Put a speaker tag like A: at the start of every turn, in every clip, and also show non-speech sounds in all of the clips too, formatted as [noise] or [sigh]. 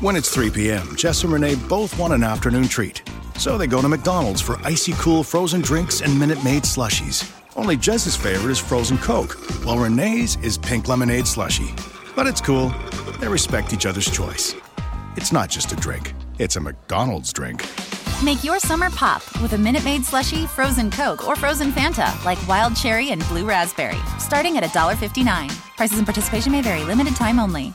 A: When it's 3 p.m., Jess and Renee both want an afternoon treat. So they go to McDonald's for icy cool frozen drinks and Minute Maid slushies. Only Jess's favorite is frozen Coke, while Renee's is pink lemonade slushie. But it's cool. They respect each other's choice. It's not just a drink, it's a McDonald's drink.
B: Make your summer pop with a Minute Maid slushie, frozen Coke, or frozen Fanta, like wild cherry and blue raspberry, starting at $1.59. Prices and participation may vary, limited time only.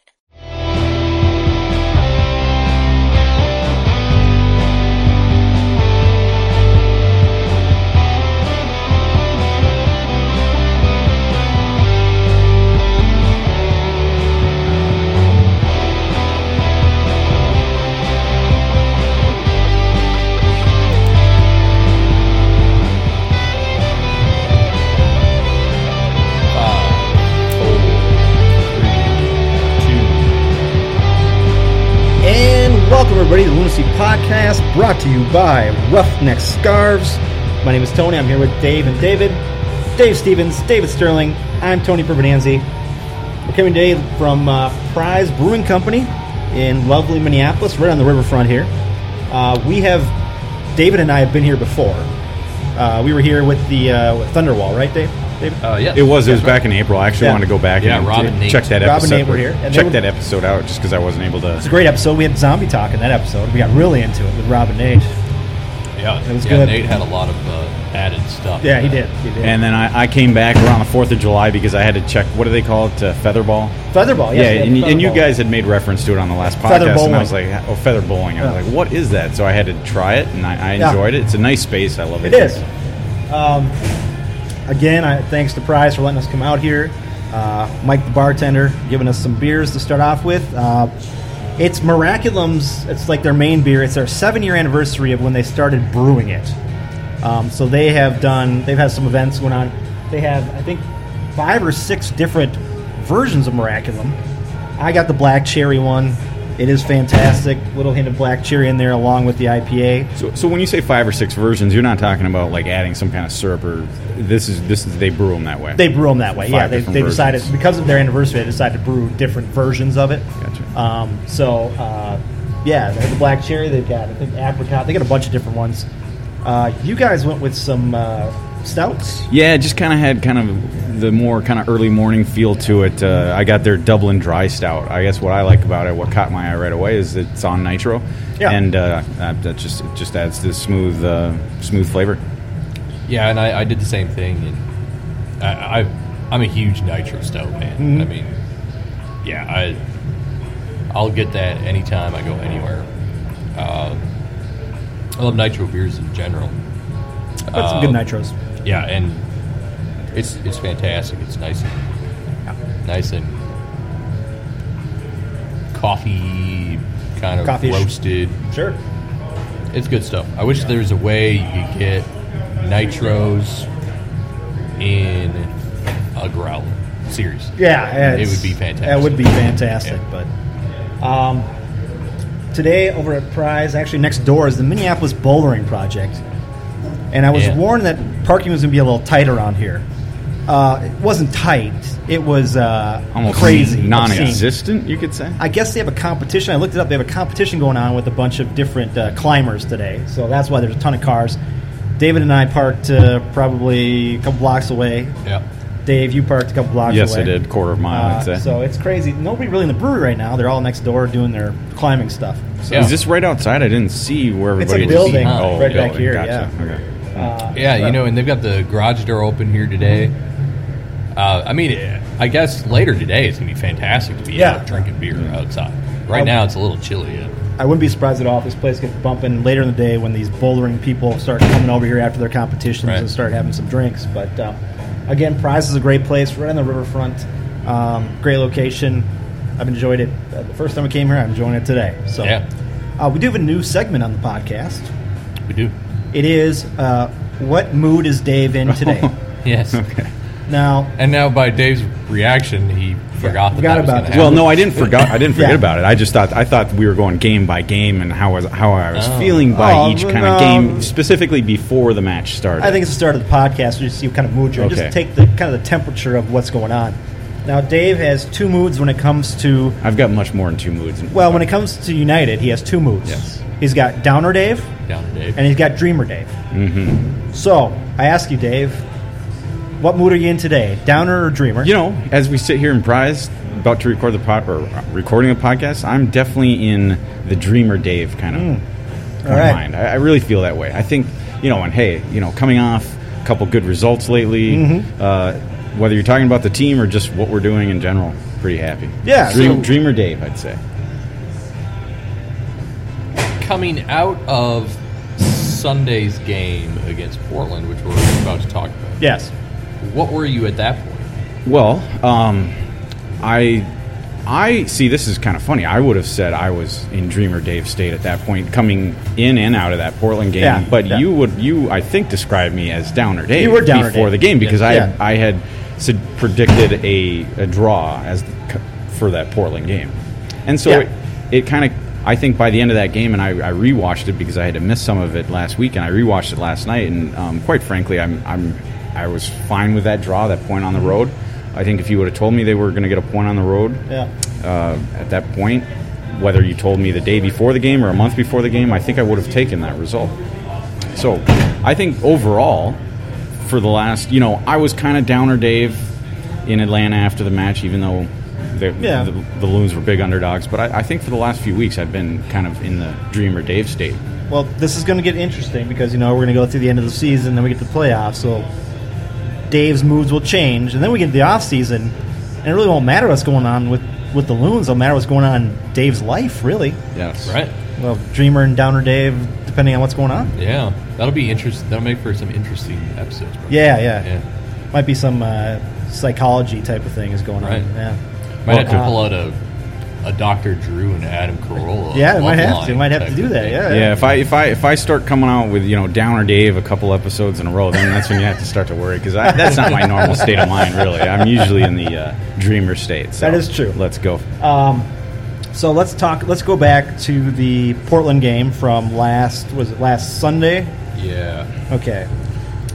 C: And welcome, everybody, to the Lunacy Podcast, brought to you by Roughneck Scarves. My name is Tony. I'm here with Dave and David, Dave Stevens, David Sterling. I'm Tony Pervenanzi. We're coming today from uh, Prize Brewing Company in lovely Minneapolis, right on the riverfront here. Uh, we have David and I have been here before. Uh, we were here with the uh, with Thunderwall, right, Dave? David?
D: Uh, yeah.
E: It was. It was back in April. I actually
C: Yeah.
E: wanted to go back
D: Yeah,
E: and
D: Rob and Nate.
E: check that
C: Rob and
E: episode.
C: Nate were here, and they
E: check
C: were-
E: that episode out just because I wasn't able
C: It's a
E: to.
C: great episode. We had zombie talk in that episode. We got really into it with Rob and Nate.
D: Yeah,
C: It was
D: yeah,
C: good.
D: Nate had a lot of uh, added stuff.
C: Yeah, he did. He did.
E: And then I, I came back around the Fourth of July because I had to check. What do they call it? Uh, featherball.
C: Featherball, yes, we
E: yeah,
C: had
E: and, y- and you
C: featherball.
E: guys had made reference to it on the last
C: Feather
E: podcast, and I
C: bowling.
E: was like, "Oh, feather bowling." I was
C: Yeah.
E: like, "What is that?" So I had to try it, and I, I
C: Yeah.
E: enjoyed it. It's a nice space. I love
C: It
E: it.
C: is. Um, again, I, thanks to Prize for letting us come out here. Uh, Mike the bartender giving us some beers to start off with. Uh, it's Miraculum's. It's like their main beer. It's their seven-year anniversary of when they started brewing it. Um, so they have done. They've had some events going on. They have, I think, five or six different versions of Miraculum. I got the black cherry one. It is fantastic. Little hint of black cherry in there along with the IPA.
E: So, so when you say five or six versions, you're not talking about like adding some kind of syrup or this is this is they brew them that way.
C: They brew them that way.
E: Five
C: yeah, they,
E: different
C: they decided
E: versions.
C: because of their anniversary, they decided to brew different versions of it.
E: Gotcha.
C: Um, so uh, yeah, they have the black cherry. They've got I think apricot. They got a bunch of different ones. Uh, you guys went with some uh, stouts.
E: Yeah, it just kind of had kind of the more kind of early morning feel to it. Uh, I got their Dublin Dry Stout. I guess what I like about it, what caught my eye right away, is it's on nitro,
C: Yeah.
E: and uh, that, that just it just adds this smooth uh, smooth flavor.
D: Yeah, and I, I did the same thing. And I, I, I'm a huge nitro stout man.
C: Mm-hmm.
D: I mean, yeah, I, I'll get that anytime I go anywhere. Uh, I love nitro beers in general.
C: Got some
E: Um,
C: good nitros.
D: Yeah, and it's it's fantastic. It's nice, and, nice and coffee kind of
C: Coffee-ish.
D: roasted.
C: Sure.
D: It's good stuff. I wish there was a way you could get nitros in a growler series.
C: Yeah,
D: It
C: it's-
D: would be fantastic.
C: That would be fantastic.
D: Yeah.
C: But um, today, over at Prize, actually next door is the Minneapolis Bouldering Project, and I was
D: Yeah.
C: warned that parking was going to be a little tight around here. Uh, it wasn't tight; it was uh,
E: Almost
C: crazy, obscene.
E: non-existent, you could say.
C: I guess they have a competition. I looked it up. They have a competition going on with a bunch of different uh, climbers today, so that's why there's a ton of cars. David and I parked uh, probably a couple blocks away.
D: Yeah.
C: Dave, you parked a couple blocks
E: yes,
C: away.
E: I did quarter of a mile. I'd
C: Uh,
E: say.
C: so it's crazy. Nobody really in the brewery right now. They're all next door doing their climbing stuff. So,
D: Yeah.
E: Is this right outside? I didn't see where
C: It's a
E: everybody. was
C: building
E: seated.
D: right back
E: Oh, building.
C: here,
E: Gotcha.
C: yeah.
E: Okay.
C: uh,
D: Yeah, you know, and they've got the garage door open here today. Uh, I mean, I guess later today it's going to be fantastic to be
C: Yeah.
D: out drinking beer outside. Right
C: Um,
D: now it's a little chilly. uh, Yeah.
C: I wouldn't be surprised at all if this place gets bumping later in the day when these bouldering people start coming over here after their competitions
D: Right.
C: and start having some drinks. But uh, um, again, Prize is a great place, right on the riverfront. Um, great location. I've enjoyed it. Uh, the first time I came here, I'm enjoying it today. So
D: Yeah.
C: uh, we do have a new segment on the podcast.
D: We do.
C: It is uh, what mood is Dave
E: [laughs]
C: in today?
D: [laughs] Yes.
C: now,
D: And now by Dave's reaction, he forgot
C: forgot
D: that that was
C: about
D: gonna
C: it.
D: happen.
E: Well, no, I didn't forgot. I
C: [laughs]
E: didn't forget
C: Yeah.
E: about it. I just thought I thought we were going game by game and how was how I was feeling by
C: Oh,
E: each
C: well,
E: kind
C: no.
E: of game, specifically before the match started.
C: I think it's the start of the podcast. We just see what kind of mood you're in.
E: Okay.
C: Just take the kind of the temperature of what's going on. Now, Dave has two moods when it comes to
E: I've got much more than two moods. in-
C: well, when it comes to United, he has two moods.
D: Yes.
C: He's got Downer Dave
D: Down to Dave.
C: and he's got Dreamer Dave. Mm-hmm. So I ask you, Dave, what mood are you in today? Downer or Dreamer?
E: you know, as we sit here in Prize, about to record the pod or uh, recording the podcast, I'm definitely in the dreamer Dave kind of
C: Hmm. All right.
E: mind. I, I really feel that way. I think you know, and hey, you know, coming off a couple good results lately,
C: Mm-hmm.
E: uh, whether you're talking about the team or just what we're doing in general, pretty happy.
C: Yeah,
E: Dream,
C: so-
E: dreamer Dave, I'd say.
D: Coming out of Sunday's game against Portland, which we're about to talk about.
C: Yes.
D: What were you at that point?
E: Well, um, I I see. This is kind of funny. I would have said I was in Dreamer Dave state at that point, coming in and out of that Portland game.
C: Yeah,
E: but
C: yeah.
E: you would you I think described me as Downer Dave.
C: You were Downer
E: before
C: Dave.
E: the game because I
C: Yeah.
E: I had said, predicted a, a draw as the, c- for that Portland game, and so
C: Yeah.
E: it, it kind of. I think by the end of that game, and I, I rewatched it because I had to miss some of it last week, and I rewatched it last night. And um, quite frankly, I'm, I'm I was fine with that draw, that point on the road. I think if you would have told me they were going to get a point on the road
C: Yeah.
E: uh, at that point, whether you told me the day before the game or a month before the game, I think I would have taken that result. So I think overall, for the last, you know, I was kind of downer Dave in Atlanta after the match, even though the,
C: Yeah.
E: the, the Loons were big underdogs. But I, I think for the last few weeks, I've been kind of in the dreamer Dave state.
C: Well, this is going to get interesting because you know we're going to go through the end of the season, then we get to the playoffs. So Dave's moves will change, and then we get to the off season, and it really won't matter what's going on with with the loons. It'll matter what's going on in Dave's life, really.
E: Yes.
D: Right?
C: Well, Dreamer and Downer Dave, depending on what's going on.
D: Yeah. That'll be interesting. That'll make for some interesting episodes. bro.
C: Yeah, yeah.
D: Yeah.
C: Might be some uh, psychology type of thing is going
D: Right.
C: on. Yeah.
D: Might have to
C: uh,
D: pull out a, a Dr. Drew and Adam
C: [laughs]
D: Carolla.
C: Yeah, it might
D: Oh, love
C: have to.
D: line
C: Might have to
D: type
C: do
D: of
C: that.
D: thing.
C: Yeah.
E: Yeah, if I if I if I start coming out with you know Downer Dave a couple episodes in a row, then that's when you have to start to worry because that's not my normal state of mind. Really, I'm usually in the uh, dreamer state. So
C: That is true.
E: Let's go.
C: So let's talk. Let's go back to the Portland game from last. Was it last Sunday?
D: Yeah.
C: Okay.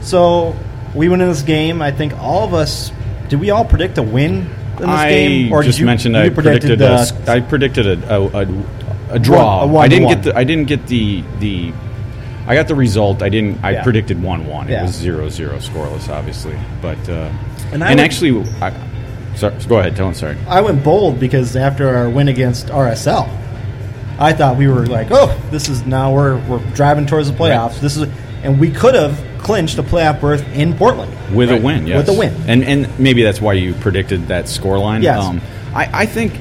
C: So we went in this game. I think all of us. Did we all predict a win in this
E: I
C: game? did
E: just
C: you-
E: mentioned
C: you
E: I predicted, a s-
C: the-
E: I predicted a a, a, a draw.
C: One- a one
E: I didn't
C: one.
E: get the I didn't get the the I got the result. I didn't. I
C: Yeah.
E: predicted one one. It
C: Yeah.
E: was zero zero scoreless, obviously. But uh,
C: And
E: and,
C: I would-
E: actually, I, sorry, go ahead, Tone. Sorry.
C: I went bold because after our win against RSL, I thought we were like, oh, this is now we're we're driving towards the playoffs.
E: Right.
C: This is, and we could have clinched a playoff berth in Portland.
E: with
D: Right.
E: a win. Yes.
C: With a win.
E: and and maybe that's why you predicted that score line.
C: Yes.
E: I, I think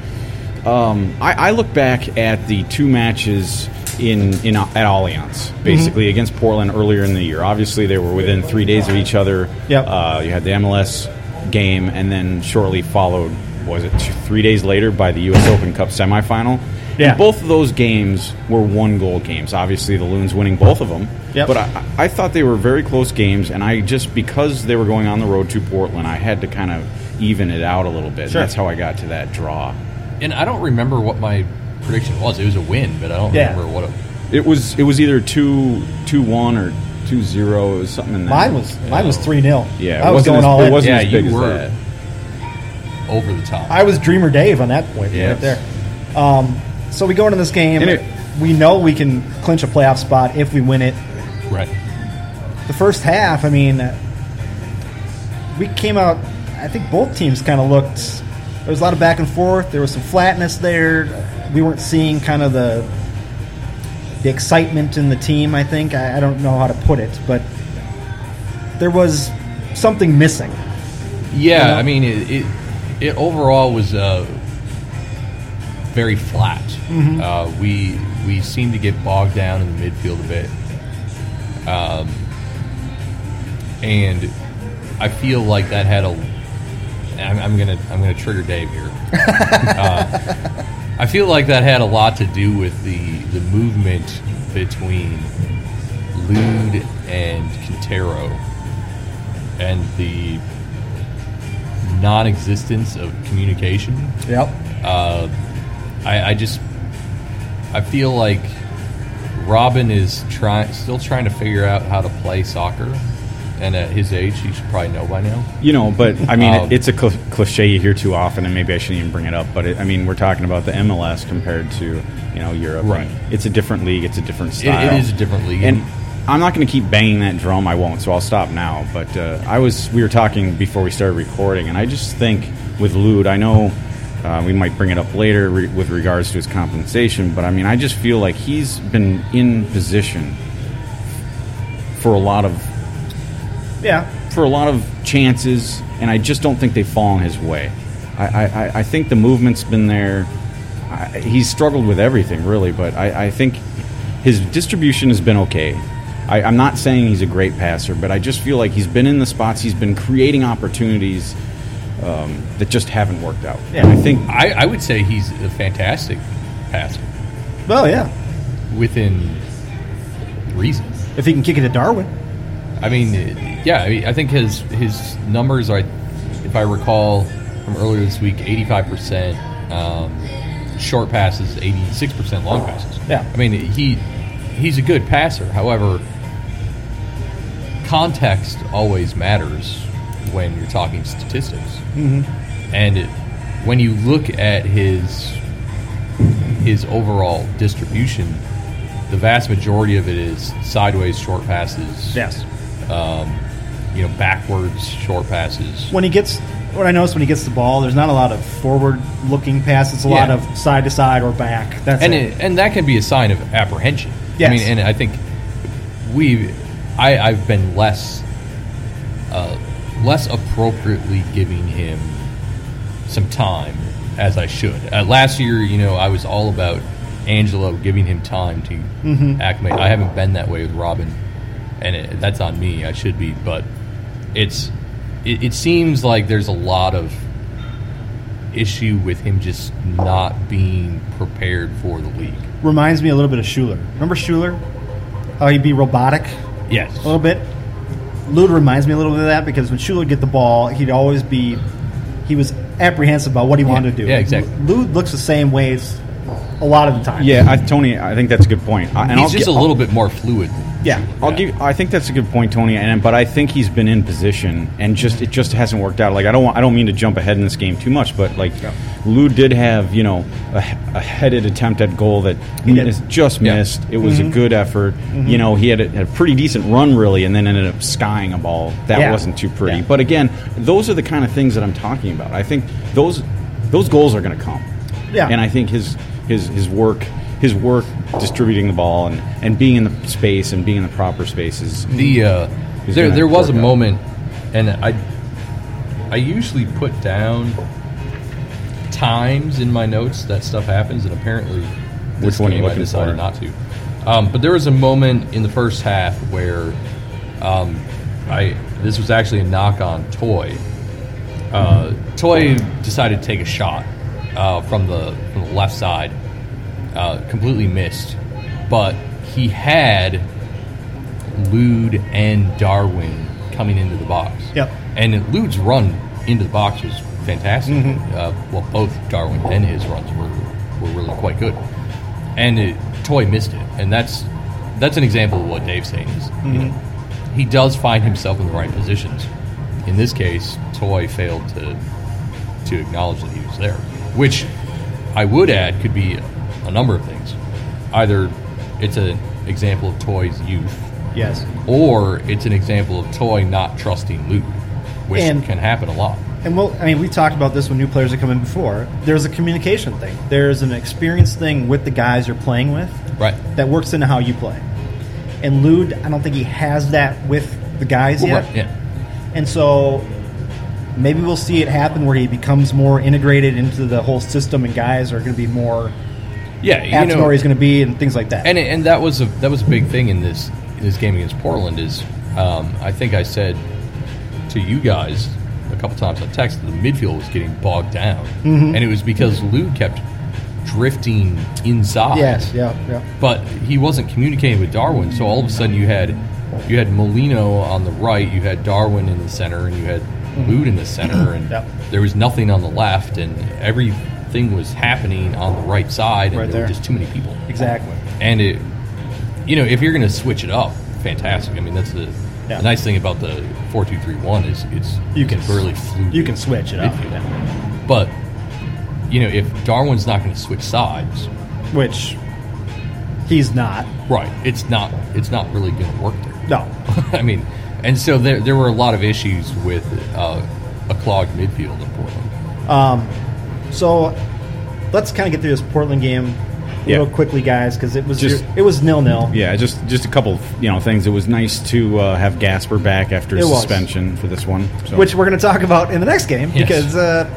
E: um, I, I look back at the two matches in in at Allianz,
C: Mm-hmm.
E: basically against Portland earlier in the year. Obviously, they were within three days of each other.
C: Yep.
E: Uh, you had the MLS game, and then shortly followed was it two, three days later by the U.S. Open Cup semifinal.
C: Yeah.
E: And both of those games were one goal games. Obviously, the Loons winning both of them.
C: Yep.
E: But I, I thought they were very close games, and I just because they were going on the road to Portland, I had to kind of even it out a little bit.
C: Sure.
E: That's how I got to that draw.
D: And I don't remember what my prediction was. It was a win, but I don't
C: Yeah.
D: remember what it
E: It was it was either two two one or two zero. It was something in that.
C: Mine was mine was three 0
E: Yeah, it
C: I was
E: wasn't
C: going
E: as-
C: all
E: it
C: in.
E: wasn't
D: Yeah,
E: as
D: you
E: big as
D: were.
E: that.
D: over the top.
C: I was Dreamer Dave on that point
E: Yes.
C: right there. Um, so we go into this game.
E: And it-
C: we know we can clinch a playoff spot if we win it.
D: right.
C: The first half, I mean, we came out. I think both teams kind of looked. There was a lot of back and forth. There was some flatness there. We weren't seeing kind of the the excitement in the team. I think I, I don't know how to put it, but there was something missing.
D: Yeah, I mean, it, it, it overall was uh, very flat. Uh, we we seemed to get bogged down in the midfield a bit, um, and I feel like that had a I'm, I'm gonna I'm gonna trigger Dave here. uh, I feel like that had a lot to do with the the movement between Lude and Quintero, and the non-existence of communication.
C: Yep.
D: Uh, I, I just I feel like Robin is trying still trying to figure out how to play soccer, and at his age, he should probably know by now.
E: You know, but I mean,
D: Um,
E: it, it's a cl- cliche you hear too often, and maybe I shouldn't even bring it up. But it, I mean, we're talking about the MLS compared to you know Europe.
D: Right.
E: It's a different league. It's a different
D: It,
E: style.
D: it is a different league.
E: And I'm not going to keep banging that drum. I won't. So I'll stop now. But uh, I was. We were talking before we started recording, and I just think with Lude, I know uh, we might bring it up later re- with regards to his compensation. But I mean, I just feel like he's been in position for a lot of
C: Yeah.
E: for a lot of chances, and I just don't think they've fallen his way. I, I, I- I think the movement's been there. I, he's struggled with everything, really, but I, I think his distribution has been okay. I, I'm not saying he's a great passer, but I just feel like he's been in the spots, he's been creating opportunities um, that just haven't worked out.
C: Yeah.
E: I think
D: I, I would say he's a fantastic passer
C: Well, yeah.
D: within reason.
C: If he can kick it to Darwin.
D: I mean, yeah, I, mean, I think his his numbers are, if I recall from earlier this week, eighty five percent um, short passes, eighty six percent long passes.
C: Yeah.
D: I mean he he's a good passer. However, context always matters when you're talking statistics, mm-hmm. and it, when you look at his his overall distribution. The vast majority of it is sideways short passes
C: Yes.
D: you know, backwards short passes.
C: When he gets, what I notice when he gets the ball, there's not a lot of forward-looking passes. It's a lot
D: Yeah.
C: of side to side or back. That's
D: And
C: it.
D: it, and that can be a sign of apprehension.
C: Yes.
D: I mean, and I think we, I, I've been less, uh, less appropriately giving him some time as I should. Uh, last year, you know, I was all about Angelo giving him time to acclimate. I haven't been that way with Robin, and it, that's on me. I should be, but it's it, it seems like there's a lot of issue with him just not being prepared for the league.
C: Reminds me a little bit of Schuler. Remember Schuler? Oh, he'd be robotic.
D: Yes.
C: a little bit. Lude reminds me a little bit of that because when Schuler would get the ball, he'd always be he was apprehensive about what he wanted to do.
D: yeah, exactly.
C: Lude looks the same ways a lot of the time.
E: yeah, I, Tony, I think that's a good point. I, and
D: He's
E: I'll
D: just
E: gi-
D: a little bit more fluid.
C: yeah.
E: I'll
D: Yeah.
E: give. I think that's a good point, Tony. And but I think he's been in position, and just it just hasn't worked out. Like I don't. Want, I don't mean to jump ahead in this game too much, but like Lou did have you know a, a headed attempt at goal that
C: did.
E: is just
D: Yeah.
E: missed. It was a good effort. You know he had a, had a pretty decent run really, and then ended up skying a ball that
C: Yeah.
E: wasn't too pretty.
C: Yeah.
E: But again, those are the kind of things that I'm talking about. I think those those goals are going to come.
C: Yeah.
E: And I think his his his work his work distributing the ball and, and being in the space and being in the proper spaces.
D: The uh,
E: Mm-hmm. He's
D: there
E: gonna
D: there was a
E: work out.
D: moment, and I I usually put down times in my notes that stuff happens, and apparently
E: Which
D: this
E: one are you
D: game I
E: looking
D: decided
E: for?
D: not to. Um, but there was a moment in the first half where um, I this was actually a knock on Toy. Uh, Toy
E: Oh.
D: decided to take a shot uh, from the from the left side, uh, completely missed, but he had Lude and Darwin coming into the box.
C: Yep.
D: And Lude's run into the box was fantastic. Uh, well, both Darwin and his runs were, were really quite good. And it, Toy missed it, and that's that's an example of what Dave's saying is. You know, he does find himself in the right positions. In this case, Toy failed to to acknowledge that he was there, which I would add could be a number of things. Either it's an example of Toy's youth,
C: Yes.
D: or it's an example of Toy not trusting Luke, which
C: And-
D: can happen a lot.
C: And well, I mean, we talked about this when new players are coming before. There's a communication thing. There's an experience thing with the guys you're playing with
D: Right.
C: that works into how you play. And Lude, I don't think he has that with the guys
D: Well,
C: yet.
D: right, yeah.
C: And so maybe we'll see it happen where he becomes more integrated into the whole system and guys are going to be more
D: Yeah, you
C: apt to
D: know-
C: know where he's going to be and things like that.
D: and and that was a that was a big thing in this in this game against Portland is um, I think I said to you guys a couple times I texted, the midfield was getting bogged down,
C: Mm-hmm.
D: and it was because Lou kept drifting inside.
C: Yes, yeah, yeah.
D: but he wasn't communicating with Darwin. So all of a sudden, you had you had Molino on the right, you had Darwin in the center, and you had Lude in the center, and
C: Yep.
D: there was nothing on the left, and everything was happening on the right side, and
C: Right
D: there,
C: there.
D: were just too many people.
C: Exactly.
D: And it, you know, if you're going to switch it up, fantastic. I mean, that's the,
C: Yeah.
D: the nice thing about the four two three one is it's
C: You can
D: it's really
C: s-
D: fluid.
C: you can switch it up,
D: midfield. But you know, if Darwin's not going to switch sides,
C: Which he's not.
D: Right. It's not. It's not really going to work there. [laughs]
C: No.
D: I mean, and so there, there were a lot of issues with uh, a clogged midfield in Portland.
E: [laughs]
C: So let's kind of get through this Portland game
E: Yeah.
C: real quickly, guys, because it was
E: Just-
C: it was nil nil.
E: Yeah, just just a couple of, you know things. It was nice to uh, have Gasper back after
C: It was.
E: suspension for this one. So.
C: Which we're going to talk about in the next game
D: Yes.
C: because uh,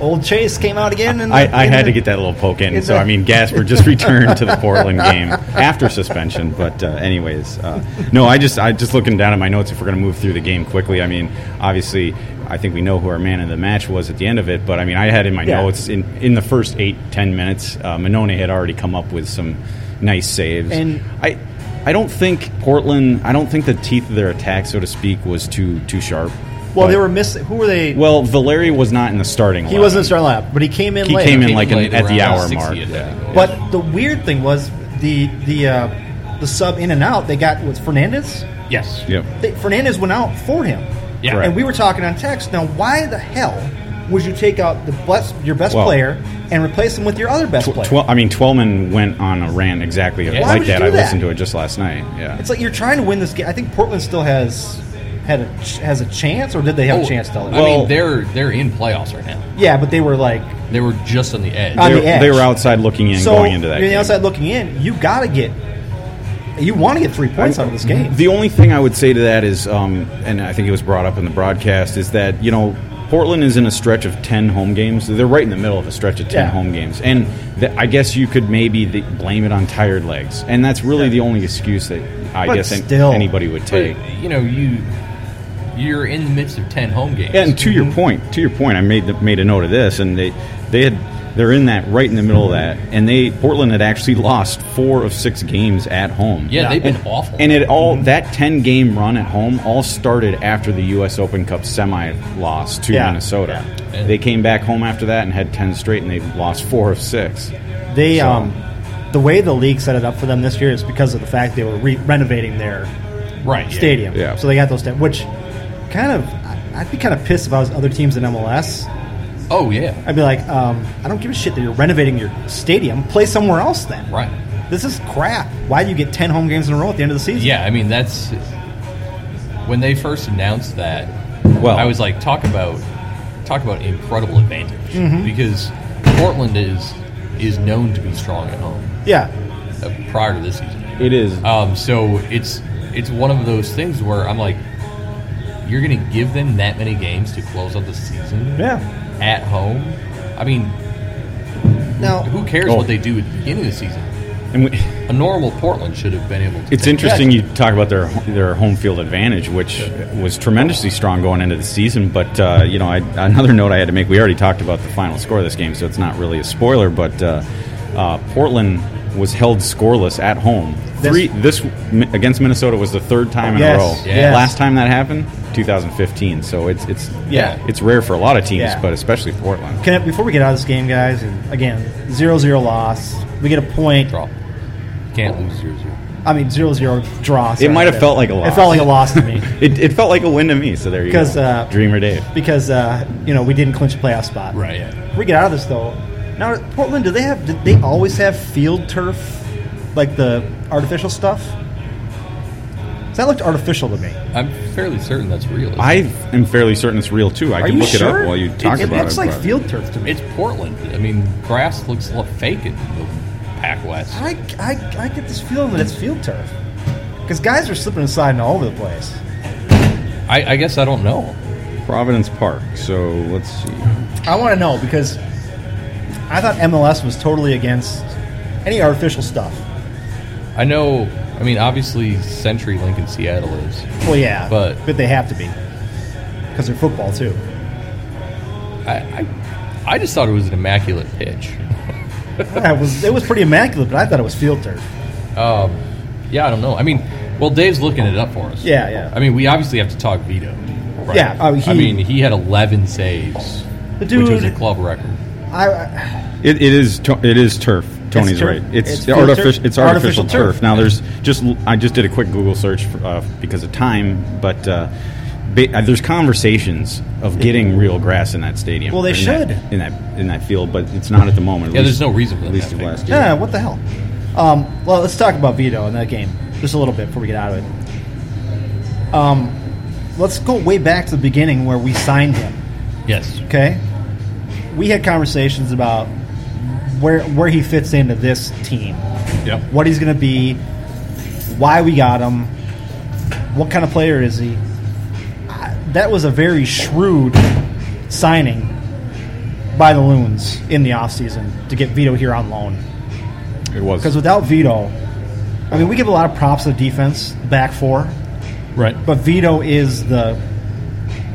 C: old Chase came out again. And
E: I, I had to get that little poke in. So I mean, Gasper just
C: [laughs]
E: returned to the Portland game after suspension. But uh, anyways, uh, no, I just I just looking down at my notes. If we're going to move through the game quickly, I mean, obviously, I think we know who our man of the match was at the end of it. But I mean, I had in my
C: Yeah.
E: notes in in the first eight ten minutes, uh, Manone had already come up with some nice saves.
C: And-
E: I. I don't think Portland. I don't think the teeth of their attack, so to speak, was too too sharp.
C: Well, they
E: But-
C: were missing. Who were they?
E: Well, Valeri was not in the starting.
C: he wasn't
E: lineup.
C: in Star Lab, but he came in
E: He
C: late.
E: came in
D: Came
E: like an,
D: late
E: at the
D: around
E: hour
D: 60
E: mark.
D: at
E: yeah.
D: that.
C: But the weird thing was the the uh, the sub in and out they got was Fernandez.
D: Yes.
E: Yep.
C: They, Fernandez went out for him.
D: Yeah.
E: Correct.
C: And we were talking on text. Now, why the hell would you take out the best, your best
E: Well-
C: player and replace him with your other best player?
E: Tw- I mean, Twelman went on a rant exactly
D: Why
E: like
C: would you
E: that.
C: do
E: I
C: that?
E: listened to it just last night. Yeah.
C: It's like you're trying to win this game. I think Portland still has had a ch- has a chance, or did they have
D: Oh,
C: a chance? Still,
D: I
E: Well-
D: mean, they're they're in playoffs right now.
C: yeah, but they were like
D: They were just on the edge.
C: On
E: they,
C: the edge.
E: they were outside looking in
C: so.
E: going into that.
C: you're on the
E: game.
C: outside looking in. You got to get, you want to get three points out of this game.
E: The only thing I would say to that is, um, and I think it was brought up in the broadcast, is that you know Portland is in a stretch of ten home games. They're right in the middle of a stretch of ten
C: Yeah.
E: home games, and th- I guess you could maybe th- blame it on tired legs, and that's really the only excuse that I
C: But
E: guess an-
C: still.
E: anybody would take.
D: But, you know, you you're in the midst of ten home games.
E: Yeah, and to
D: Mm-hmm.
E: your point, to your point, I made the, made a note of this, and they they had they're in that right in the middle of that, and they Portland had actually lost four of six games at home.
D: Yeah, they've been
E: and,
D: awful. Mm-hmm.
E: And it all that ten game run at home all started after the U.S. Open Cup semi loss to
C: Yeah.
E: Minnesota.
D: Yeah.
E: They came back home after that and had ten straight, and they lost four of six.
C: They
E: So-
C: um, the way the league set it up for them this year is because of the fact they were re- renovating their
D: right. yeah.
C: stadium.
E: Yeah.
C: So they got those, sta- which kind of I- I'd be kind of pissed if I was other teams in MLS.
D: Oh yeah.
C: I'd be like, um, I don't give a shit that you're renovating your stadium. Play somewhere else then.
D: Right.
C: This is crap. Why do you get ten home games in a row at the end of the season?
D: Yeah. I mean, that's when they first announced that.
E: Well,
D: I was like, talk about talk about incredible advantage
E: Mm-hmm.
D: because Portland is is known to be strong at home
C: Yeah.
D: uh, prior to this season.
E: It is.
D: Um, so it's it's one of those things where I'm like, you're going to give them that many games to close out the season
C: Yeah.
D: at home. I mean,
C: Now,
D: who cares
E: Oh.
D: what they do at the beginning of the season?
E: and we,
D: A normal Portland should have been able to.
E: It's interesting you talk about their their home field advantage, which was tremendously strong going into the season. But uh, you know, I, another note I had to make: we already talked about the final score of this game, so it's not really a spoiler. But uh, uh, Portland was held scoreless at home.
C: This-
E: Three this mi- against Minnesota was the third time in
C: Yes,
E: a row.
D: yes.
E: Last time that happened, 2015. So it's it's
C: Yeah.
E: it's rare for a lot of teams,
C: Yeah.
E: but especially Portland.
C: can I, before we get out of this game, guys, and again, zero zero loss. We get a point.
D: Draw. Can't lose zero zero.
C: I mean, zero zero draw. sorry.
E: might have felt like a
C: It
E: loss.
C: felt like a loss to
E: [laughs]
C: me.
E: It, it felt like a win to me. So there you go,
C: 'Cause, uh,
E: Dreamer Dave.
C: because uh, you know we didn't clinch a playoff spot.
D: Right. Yeah.
C: We get out of this though. Now Portland, do they have? Did they always have field turf, like the artificial stuff? 'Cause that looked artificial to me.
D: I'm fairly certain that's real. isn't it?
E: I am fairly certain it's real too. I
C: Are
E: can
C: you
E: look
C: sure?
E: it up while you talk
C: it,
E: about
C: it looks like
E: but-
C: field turf to me.
D: It's Portland. I mean, grass looks a lot fake in the Pac West.
C: I, I, I get this feeling that it's field turf because guys are slipping and sliding all over the place.
D: I, I guess I don't know.
E: Providence Park. So let's see.
C: I want to know because I thought MLS was totally against any artificial stuff.
D: I know. I mean, obviously, CenturyLink in Seattle is.
C: Well, yeah,
D: But-
C: but they have to be. because they're football too.
D: I, I, I just thought it was an immaculate pitch.
C: Yeah, it was it was pretty immaculate, but I thought it was field turf.
D: Um, yeah, I don't know. I mean, well, Dave's looking it up for us.
C: Yeah, yeah.
D: I mean, we obviously have to talk Vito. Right?
C: Yeah, oh, he-
D: I mean, he had 11 saves,
C: The
D: which was a
C: dude-
D: club record.
C: I, I
E: It, it is to, it is turf. Tony's
C: turf.
E: right. It's,
C: It's field
E: artificial.
C: turf.
E: It's artificial,
C: Artificial
E: turf.
C: turf.
E: Now there's just I just did a quick Google search for, uh, because of time, but uh, ba- uh, there's conversations of getting real grass in that stadium.
C: Well, they
E: in
C: should.
E: that, in that in that field, but it's not at the moment. at
D: Yeah,
E: least-
D: there's no reason for
E: At
D: them
E: least
D: to
E: of
D: have
E: last year.
C: yeah, what the hell? Um, well, let's talk about Vito in that game just a little bit before we get out of it. Um, let's go way back to the beginning where we signed him.
D: Yes.
C: Okay, we had conversations about where where he fits into this team.
D: Yep.
C: what he's going to be, why we got him, what kind of player is he. I- That was a very shrewd signing by the Loons in the offseason to get Vito here on loan.
E: It was
C: Because without Vito, I mean, we give a lot of props to defense, back four,
D: Right.
C: but Vito is the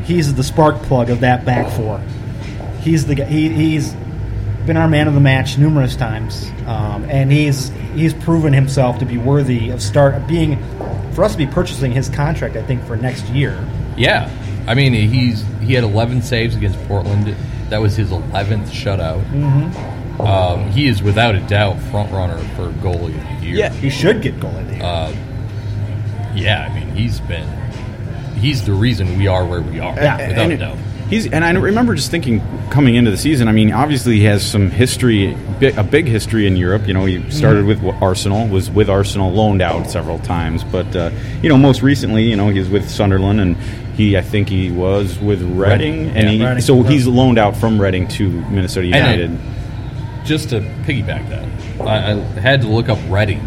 C: he's the spark plug of that back four. He's the guy. He, he's been our man of the match numerous times, um, and he's he's proven himself to be worthy of start being for us to be purchasing his contract. I think for next year.
D: Yeah. I mean, he's he had 11 saves against Portland. That was his 11th shutout. Um, he is without a doubt front runner for goalie of the year.
C: he should get goal of the year.
D: Uh, Yeah, I mean, he's been he's the reason we are where we are.
E: A-
D: without
E: and
D: a doubt.
E: He's and I remember just thinking coming into the season. I mean, obviously he has some history, bi- a big history in Europe. You know, he started with Arsenal, was with Arsenal, loaned out several times, but uh, you know, most recently, you know, he's with Sunderland, and he I think he was with Reading, and
D: yeah,
E: he,
C: Reading.
E: so he's loaned out from Reading to Minnesota
D: I-
E: United.
D: Just to piggyback that, I, I had to look up Reading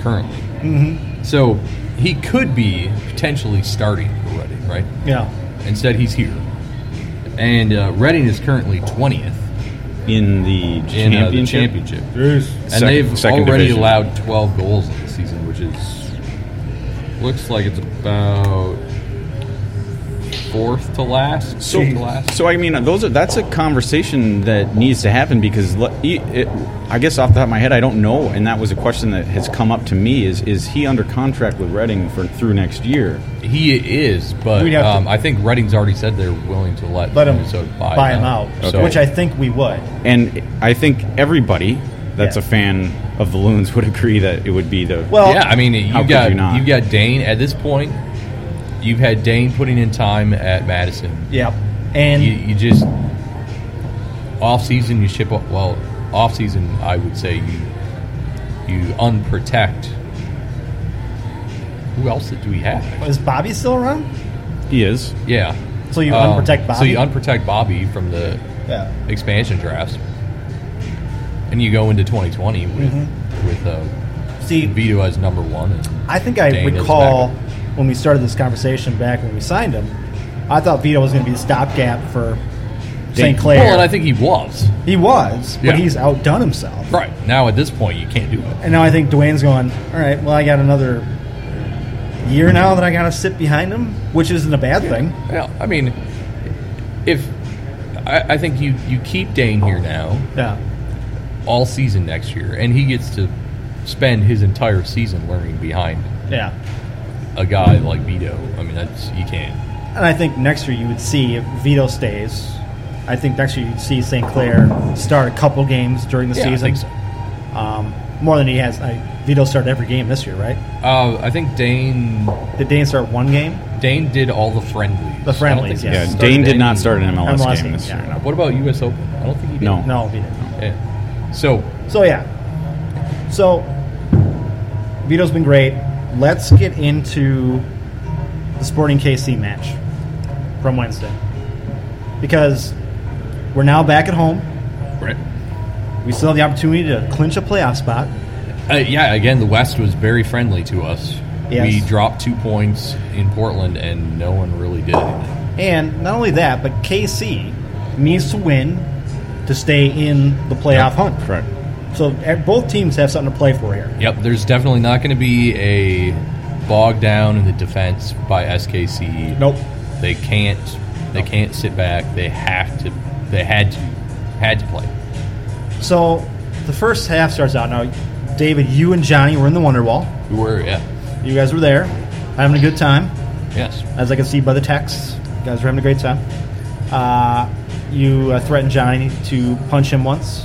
D: currently. Mm-hmm. So he could be potentially starting for Reading, right?
C: yeah,
D: Instead, he's here, and uh, Reading is currently twentieth
E: in the
D: in uh, the
E: championship.
D: championship. And
E: Second-
D: they've
E: second
D: already
E: division.
D: allowed 12 goals in the season, which is looks like it's about fourth to last.
E: So,
D: fifth to last.
E: so I mean, those are that's a conversation that needs to happen because le- e- it, I guess off the top of my head, I don't know, and that was a question that has come up to me: is is he under contract with Reading for through next year?
D: he is, but
C: We'd have to-
D: um, I think Redding's already said they're willing to let,
C: let him
D: Minnesota buy,
C: buy him out,
D: So-
C: which I think we would.
E: And I think everybody that's
C: Yeah.
E: a fan of the Loons would [laughs] agree that it would be the
C: Well,
D: yeah, I mean,
E: How
D: you
E: could
D: got
E: you
D: you
E: not?
D: have got Dane at this point. You've had Dane putting in time at Madison.
C: yeah, and
D: You, you just off season you ship up. Well, off season I would say you you unprotect. Who else did we have?
C: is Bobby still around?
E: he is.
D: Yeah.
C: So you unprotect
D: Um, So you
C: Bobby?
D: unprotect Bobby from the
C: Yeah,
D: expansion drafts, and you go into 2020 with
C: Mm-hmm.
D: with uh,
C: see,
D: Vito as number one. and-
C: I think I
D: Dane is
C: recall
D: back.
C: when we started this conversation back when we signed him, I thought Vito was going to be the stopgap for St. Clair.
D: Well, and I think he was.
C: he was, but
D: Yeah.
C: he's outdone himself.
D: Right. Now at this point, you can't do it.
C: And now I think Dwayne's going, all right, well, I got another year now that I got to sit behind him, which isn't a bad thing.
D: Well, I mean, if I, I think you, you keep Dane here now
C: Yeah.
D: all season next year, and he gets to spend his entire season learning behind
C: Yeah.
D: a guy like Vito. I mean, that's you can't.
C: And I think next year you would see if Vito stays. I think next year you'd see St. Clair start a couple games during the
D: Yeah, I
C: season.
D: think so.
C: um, more than he has. I, Vito started every game this year, right?
D: Uh, I think Dane
C: Did Dane start one game?
D: Dane did all the friendlies.
C: The friendlies,
D: I don't think he
C: yes.
E: Yeah,
D: started
E: Dane did
D: any-
E: not start an MLS,
C: MLS
E: game
C: game,
E: this
C: yeah.
E: year.
D: What about U.S. Open? I don't think he did.
E: No,
C: No, he didn't.
D: Yeah. So
C: So yeah. So Vito's been great. Let's get into the Sporting KC match from Wednesday. Because we're now back at home.
D: right.
C: We still have the opportunity to clinch a playoff spot.
D: Uh, yeah. Again, the West was very friendly to us.
C: Yes.
D: We dropped two points in Portland, and no one really did anything.
C: And not only that, but KC needs to win to stay in the playoff hunt.
E: Correct.
C: So eh, both teams have something to play for here.
D: Yep, there's definitely not going to be a bog down in the defense by SKC.
C: Nope.
D: They can't They can't sit back. They have to. They had to. Had to play.
C: So the first half starts out now. David, you and Johnny were in the Wonder Wall.
D: We were, yeah,
C: You guys were there, having a good time,
D: yes.
C: as I can see by the texts. You guys were having a great time. Uh, you uh, threatened Johnny to punch him once.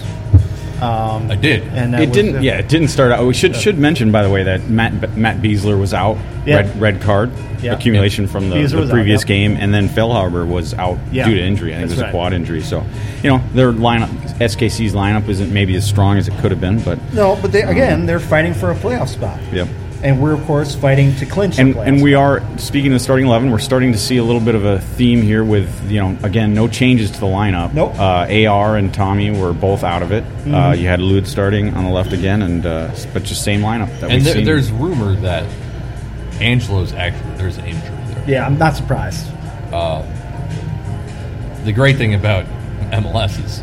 C: Um,
D: I did.
C: and that
E: It
C: was-
E: didn't. Yeah, it didn't start out. We should should mention, by the way, that Matt Matt Beasler was out.
C: Yeah.
E: Red red card
C: Yeah.
E: accumulation from the,
C: Beasler
E: the
C: was out,
E: previous
C: yeah.
E: game, and then Fellhaber was out
C: Yeah.
E: due to injury. I think
C: That's
E: it was
C: right.
E: a quad injury. So, you know, their lineup, SKC's lineup, isn't maybe as strong as it could have been, but
C: No, but they, again, they're fighting for a playoff spot.
E: Yep.
C: And we're, of course, fighting to clinch
E: and
C: the playoff
E: and we
C: spot.
E: are speaking of starting eleven. We're starting to see a little bit of a theme here with you know again no changes to the lineup.
C: Nope. Mm-hmm.
E: Uh, Ar and Tommy were both out of it. Uh, you had Lud starting on the left again, and uh, s- but just same lineup that
D: And
E: we've
D: there,
E: seen.
D: there's rumor that Angelo's actually there's an injury there.
C: Yeah, I'm not surprised.
D: The great thing about MLS is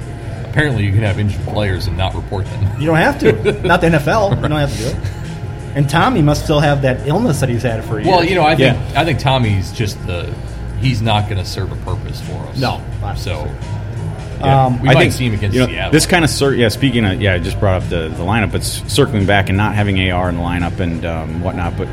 D: apparently you can have injured players and not report them. [laughs]
C: You don't have to.
E: [laughs]
C: not the NFL. You don't have to do it. And Tommy must still have that illness that he's had for a year.
D: Well, you know, I think
E: Yeah.
D: I think Tommy's just the he's not going to serve a purpose for us.
C: No, not
D: so
E: Yeah.
D: um, we might see him against
E: you know,
D: Seattle.
E: This kind of cir- yeah. Speaking of yeah, I just brought up the the lineup, but s- circling back and not having AR in the lineup and um, whatnot, but.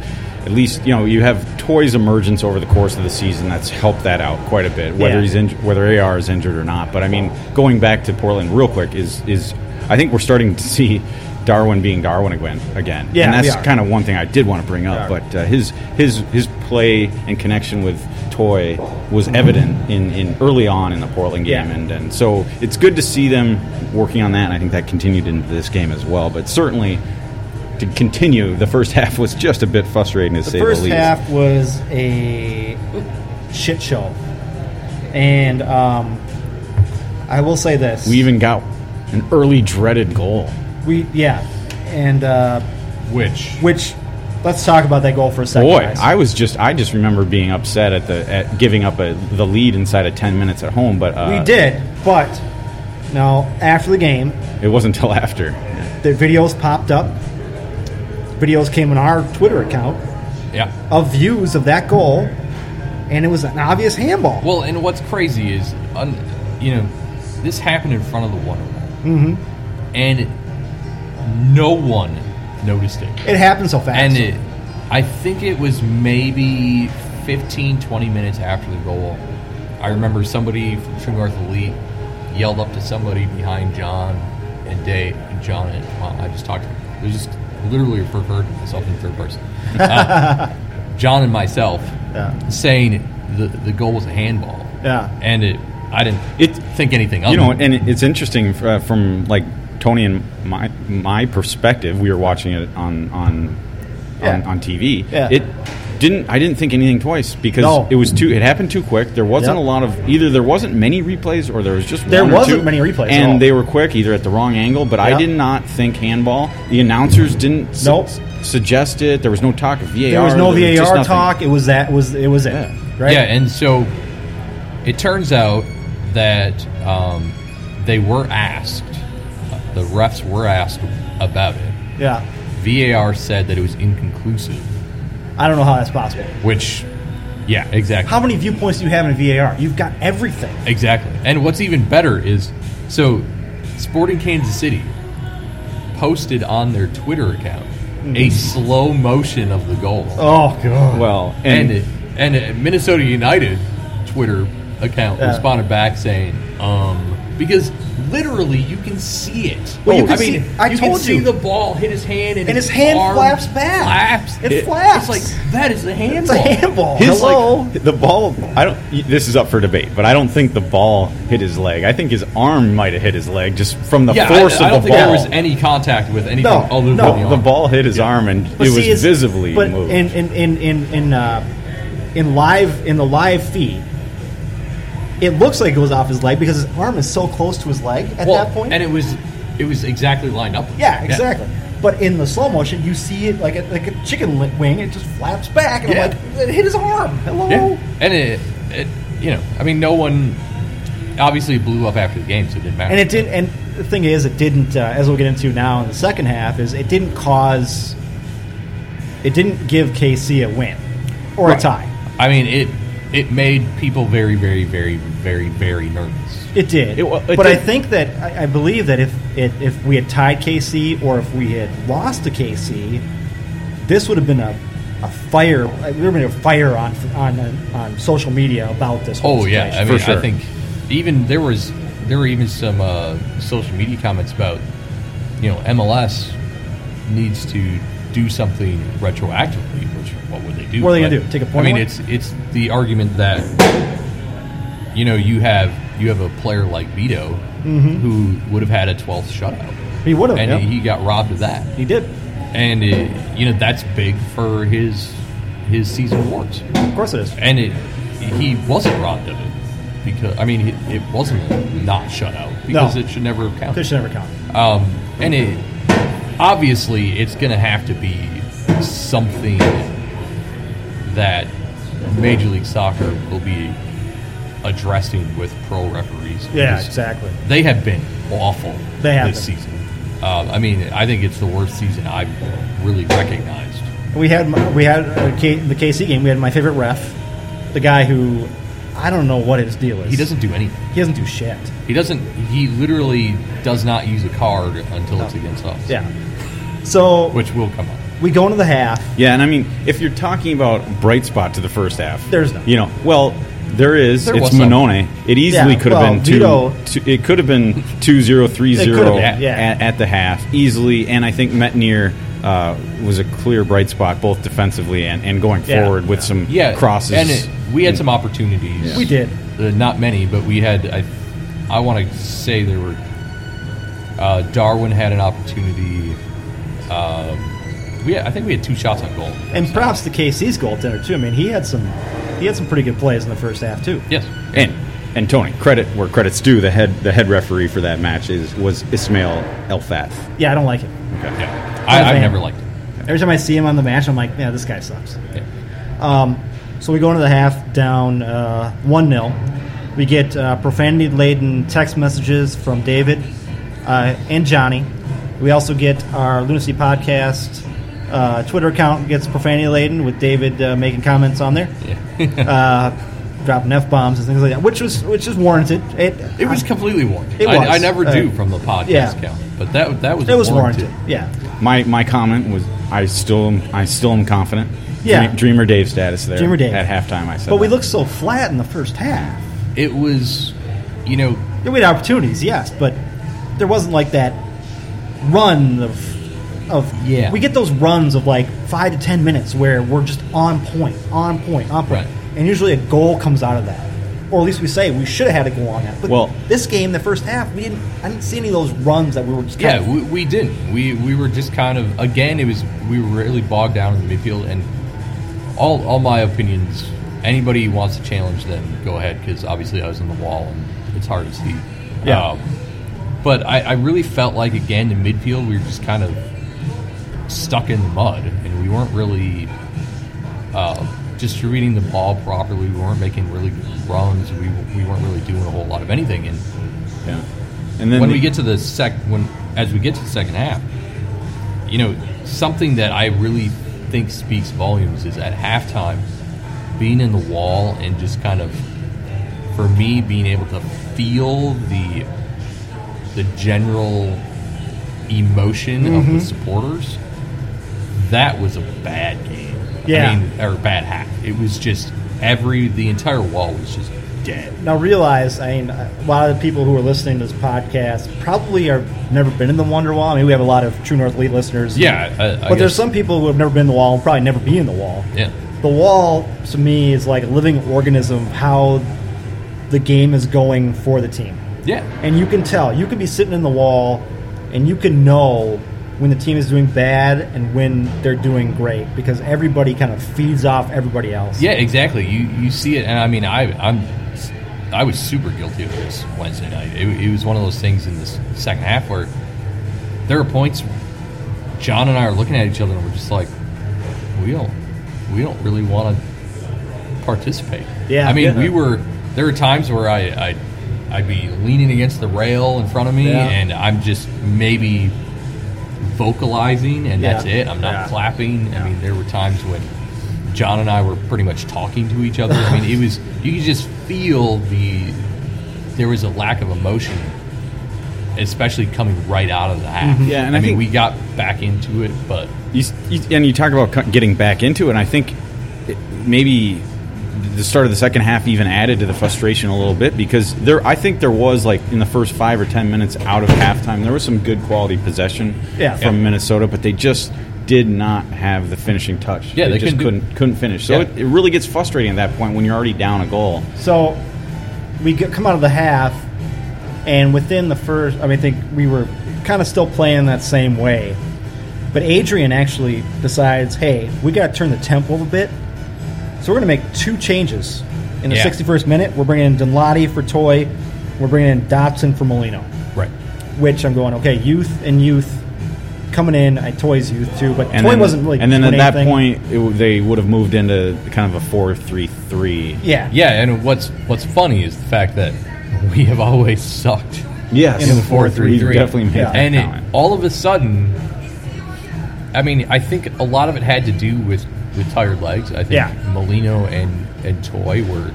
E: At least you know you have Toy's emergence over the course of the season. That's helped that out quite a bit, whether
C: Yeah.
E: he's inj- whether AR is injured or not. But I mean, going back to Portland real quick is is I think we're starting to see Darwin being Darwin again. Again,
C: Yeah,
E: and
C: we
E: that's
C: are.
E: kind of one thing I did want to bring up.
C: We are.
E: But uh, his his his play and connection with Toy was evident in, in early on in the Portland game,
C: Yeah.
E: and and so it's good to see them working on that. And I think that continued into this game as well. But certainly to continue, the first [laughs] half was just a bit frustrating to
C: the
E: say
C: first
E: the least.
C: half was a shit show. And um, I will say this.
E: We even got an early dreaded goal.
C: We, yeah. And, uh,
D: which
C: which, let's talk about that goal for a second.
E: Boy,
C: guys.
E: I was just I just remember being upset at the at giving up a, the lead inside of ten minutes at home. But uh,
C: We did, but now after the game,
E: It wasn't until after.
C: the videos popped up. Videos came on our Twitter account
D: yeah.
C: of views of that goal, and it was an obvious handball.
D: Well, and what's crazy is un, you know this happened in front of the Wonder Wall, mm-hmm. and no one noticed it.
C: it happened so fast.
D: And it, I think it was maybe 15, 20 minutes after the goal. I remember somebody from True North Elite yelled up to somebody behind John and Dave. And John and well, I just talked to him. It was just literally referred to myself in third person. Uh, John and myself
C: Yeah.
D: saying the, the goal was a handball.
C: Yeah.
D: And it, I didn't
E: It-
D: think anything of
E: you know,
C: Um,
D: it.
E: and it's interesting uh, from like Tony and my my perspective. We were watching it on on on,
C: Yeah.
E: on TV.
C: Yeah.
E: It didn't. I didn't think anything twice because
C: No.
E: it was too. It happened too quick. There wasn't
C: Yep.
E: a lot of either. There wasn't many replays, or there was just
C: There
E: one or
C: wasn't
E: two,
C: many replays at
E: and
C: all.
E: they were quick, either at the wrong angle. But I
C: Yep.
E: did not think handball. The announcers didn't su-
C: Nope.
E: suggest it. There was no talk of VAR.
C: there was no
E: just
C: VAR
E: nothing.
C: talk. It was that. Was it was it?
E: Yeah.
C: Right.
D: Yeah, and so it turns out that um, they were asked, the refs were asked about it.
C: yeah.
D: VAR said that it was inconclusive,
C: I don't know how that's possible.
D: which, yeah, exactly.
C: How many viewpoints do you have in VAR? You've got everything.
D: Exactly. And what's even better is so Sporting Kansas City posted on their Twitter account a slow motion of the goal.
C: Oh god.
E: Well,
D: and
E: and,
D: and, uh, Minnesota United Twitter account
C: Yeah.
D: responded back saying, um, because literally you can see it. Oh,
C: Well, you
D: I
C: can
D: mean,
C: see- I
D: you can
C: told
D: see
C: you.
D: the ball hit his hand, and,
C: And his hand
D: arm
C: flaps back.
D: Flaps.
C: It flaps.
D: It's like that is a handball.
C: it's a handball.
E: His,
C: Hello.
E: like, the ball. I don't. y- This is up for debate, but I don't think the ball hit his leg. I think his arm might have hit his leg just from the
D: Yeah, I,
E: force
D: I don't
E: of the
D: think
E: ball.
D: there was any contact with anything
C: No,
D: other
C: no.
D: than the,
E: the,
D: arm.
E: ball hit his arm, and
C: But
E: it
C: see,
E: was
C: it's-
E: visibly
C: but
E: moved.
C: in in in in in, uh, in live in the live feed. It looks like it was off his leg because his arm is so close to his leg at
D: Well,
C: that point.
D: and it was it was exactly lined up. with
C: yeah,
D: it.
C: exactly. But in the slow motion, you see it like a, like a chicken li- wing. It just flaps back, and
D: Yeah.
C: I'm like, it hit his arm. Hello.
D: Yeah. And it, it, you know, I mean, no one obviously it blew up after the game, so it didn't matter.
C: And it didn't. And the thing is, it didn't. Uh, as we'll get into now in the second half, is it didn't cause. It didn't give KC a win or a
D: Right.
C: tie.
D: I mean, it it made people very, very, very, very, very nervous.
C: It did.
E: It wa- it
C: but I
E: did.
C: think that I, I believe that if it, if we had tied KC or if we had lost to KC, this would have been a, a fire. uh, There would have been a fire on on uh, on social media about this. Whole
D: Oh yeah, I
C: situation.
D: mean,
E: For sure.
D: I think even there was there were even some uh, social media comments about you know MLS needs to do something retroactively. Which what would they do?
C: What are they gonna
D: But,
C: do? Take a point
D: I mean,
C: away?
D: it's it's the argument that you know you have you have a player like Vito who would have had a 12th shutout,
C: he would have.
D: and
C: Mm-hmm. yeah.
D: he got robbed of that.
C: he did.
D: and it, you know that's big for his his season awards.
C: Of course it is.
D: And it he wasn't robbed of it because I mean it, it wasn't not shut out because
C: No.
D: it should never have counted.
C: This should never count.
D: Um, and it obviously it's going to have to be something that Major League Soccer will be addressing with pro referees.
C: Yeah,
D: Because
C: exactly.
D: They have been awful
C: They have
D: this
C: been.
D: season. Um, I mean, I think it's the worst season I've really recognized.
C: We had my- we had uh, K, the KC game. We had my favorite ref, the guy who I don't know what his deal is.
D: He doesn't do anything.
C: He doesn't do shit.
D: He doesn't. He literally does not use a card until it's against us.
C: Yeah. So
D: which will come up.
C: we go into the half.
E: Yeah, and I mean, if you're talking about bright spot to the first half,
C: There's none.
E: You know, well, there is.
D: There
E: it's
D: was some.
E: Monone. It easily
C: Yeah,
E: could have
C: well,
E: been two,
C: Vito-
E: two- It could have been two zero three
C: It could have
E: zero
C: been, yeah.
E: at, at the half easily, and I think Metnier. Uh, was a clear bright spot both defensively and, and going
C: Yeah.
E: forward with some
D: Yeah,
E: crosses.
D: And it, we had some opportunities.
C: We did.
D: Uh, not many, but we had. I, I want to say there were. Uh, Darwin had an opportunity. Um, we had, I think we had two shots on goal.
C: And props to KC's goaltender too. I mean, he had some he had some pretty good plays in the first half too.
D: Yes.
E: and and Tony credit where credit's due. The head the head referee for that match is was Ismail Elfath.
C: Yeah, I don't like it.
D: Yeah. I, I've
C: fan.
D: never liked it.
C: Every time I see him on the match, I'm like, yeah, this guy sucks.
D: Yeah.
C: Um, so we go into the half down uh, one 0 We get uh, profanity laden text messages from David uh, and Johnny. We also get our Lunacy podcast uh, Twitter account gets profanity laden with David uh, making comments on there, [laughs] uh, dropping f bombs and things like that, which was which is warranted. It,
D: It was completely warranted.
C: It was.
D: I, I never do
C: Uh,
D: from the podcast
C: yeah.
D: count, but that that was
C: it was warranted. Yeah.
E: My my comment was I still am I still am confident.
C: Yeah.
E: Dream- Dreamer Dave status there.
C: Dreamer Dave.
E: at halftime. I said,
C: But we
E: that.
C: looked so flat in the first half.
D: It was, you know,
C: Yeah, we had opportunities, yes, but there wasn't like that run of of
D: Yeah.
C: We get those runs of like five to ten minutes where we're just on point, on point, on point,
D: Right.
C: and usually a goal comes out of that, or at least we say we should have had a goal on that. But
E: Well-
C: this game, the first half, we didn't. I didn't see any of those runs that we were just. Kind
D: yeah,
C: of,
D: we, we didn't. We we were just kind of again. It was we were really bogged down in the midfield, and all all my opinions. Anybody who wants to challenge them, go ahead because obviously I was on the wall and it's hard to see. Um,
C: Yeah.
D: but I, I really felt like again in midfield we were just kind of stuck in the mud and we weren't really uh, distributing the ball properly. We weren't making really good runs. We we weren't really doing a whole lot of anything and
E: Yeah. And then
D: when
E: the-
D: we get to the sec when as we get to the second half you know something that i really think speaks volumes is at halftime being in the wall and just kind of for me being able to feel the the general emotion of
C: Mm-hmm.
D: the supporters that was a bad game
C: Yeah.
D: i mean or bad half it was just every the entire wall was just dead
C: Now realize, I mean, a lot of the people who are listening to this podcast probably are never been in the Wonder Wall. I mean, we have a lot of True North Elite listeners.
D: Yeah, I- I
C: but there's
D: guess-
C: some people who have never been in the Wall and probably never be in the Wall.
D: Yeah.
C: the Wall to me is like a living organism of how the game is going for the team,
D: yeah
C: and you can tell. You can be sitting in the Wall, and you can know when the team is doing bad and when they're doing great because everybody kind of feeds off everybody else.
D: Yeah, exactly. You you see it, and I mean, I I'm I was super guilty of this Wednesday night. It, it was one of those things in the s- second half where there are points John and I are looking at each other, and we're just like, we don't we don't really want to participate.
C: Yeah.
D: I mean,
C: Yeah.
D: we were there were times where I I I'd be leaning against the rail in front of me,
C: Yeah.
D: and I'm just maybe vocalizing, and that's
C: Yeah.
D: it. I'm not
C: Yeah.
D: clapping. I mean, there were times when John and I were pretty much talking to each other. I mean, it was you could just feel the there was a lack of emotion, especially coming right out of the half.
E: Yeah, and I
D: I, mean
E: think-
D: we got back into it, but
E: You, s- you, and you talk about cu- getting back into it. And I think it, maybe the start of the second half even added to the frustration a little bit because there, I think there was like in the first five or ten minutes out of halftime, there was some good quality possession
C: Yeah.
E: from
D: Yeah.
E: Minnesota, but they just did not have the finishing touch.
D: Yeah, they
E: just
D: couldn't do-
E: couldn't couldn't finish. So
D: Yeah.
E: it, it really gets frustrating at that point when you're already down a goal.
C: So we get, come out of the half, and within the first, I mean, I think we were kind of still playing that same way. But Adrian actually decides, hey, we got to turn the tempo up a bit. So we're going to make two changes in the
D: Yeah.
C: 61st minute. We're bringing in Dunlady for Toy. We're bringing in Dobson for Molino.
D: right.
C: Which I'm going, okay, youth and youth coming in. I Toy's youth too, but Toy
E: then,
C: wasn't really.
E: And then at
C: doing
E: that
C: anything.
E: point, it, w- they would have moved into kind of a four-three-three.
C: yeah,
D: Yeah, and what's what's funny is the fact that we have always sucked.
E: Yes,
C: In the
E: We
C: 4-3-3.
E: definitely made
C: Yeah.
E: that
D: and
E: comment.
D: it, all of a sudden, I mean, I think a lot of it had to do with with tired legs. I think
C: Yeah.
D: Molino and and Toy were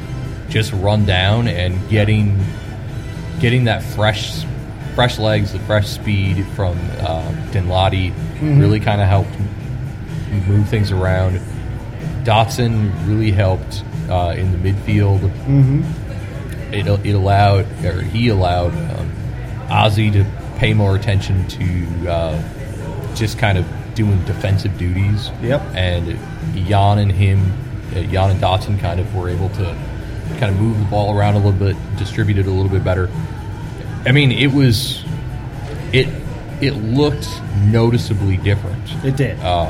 D: just run down and getting getting that fresh fresh legs, the fresh speed from um, Dinlati
C: Mm-hmm.
D: really kind of helped m- move things around. Dotson really helped uh, in the midfield. Mm-hmm. It, it allowed, or he allowed, um, Ozzy to pay more attention to uh, just kind of doing defensive duties.
C: Yep.
D: And Jan and him, uh, Jan and Dotson kind of were able to kind of move the ball around a little bit, distribute it a little bit better. I mean, it was it it looked noticeably different.
C: it did.
E: Oh.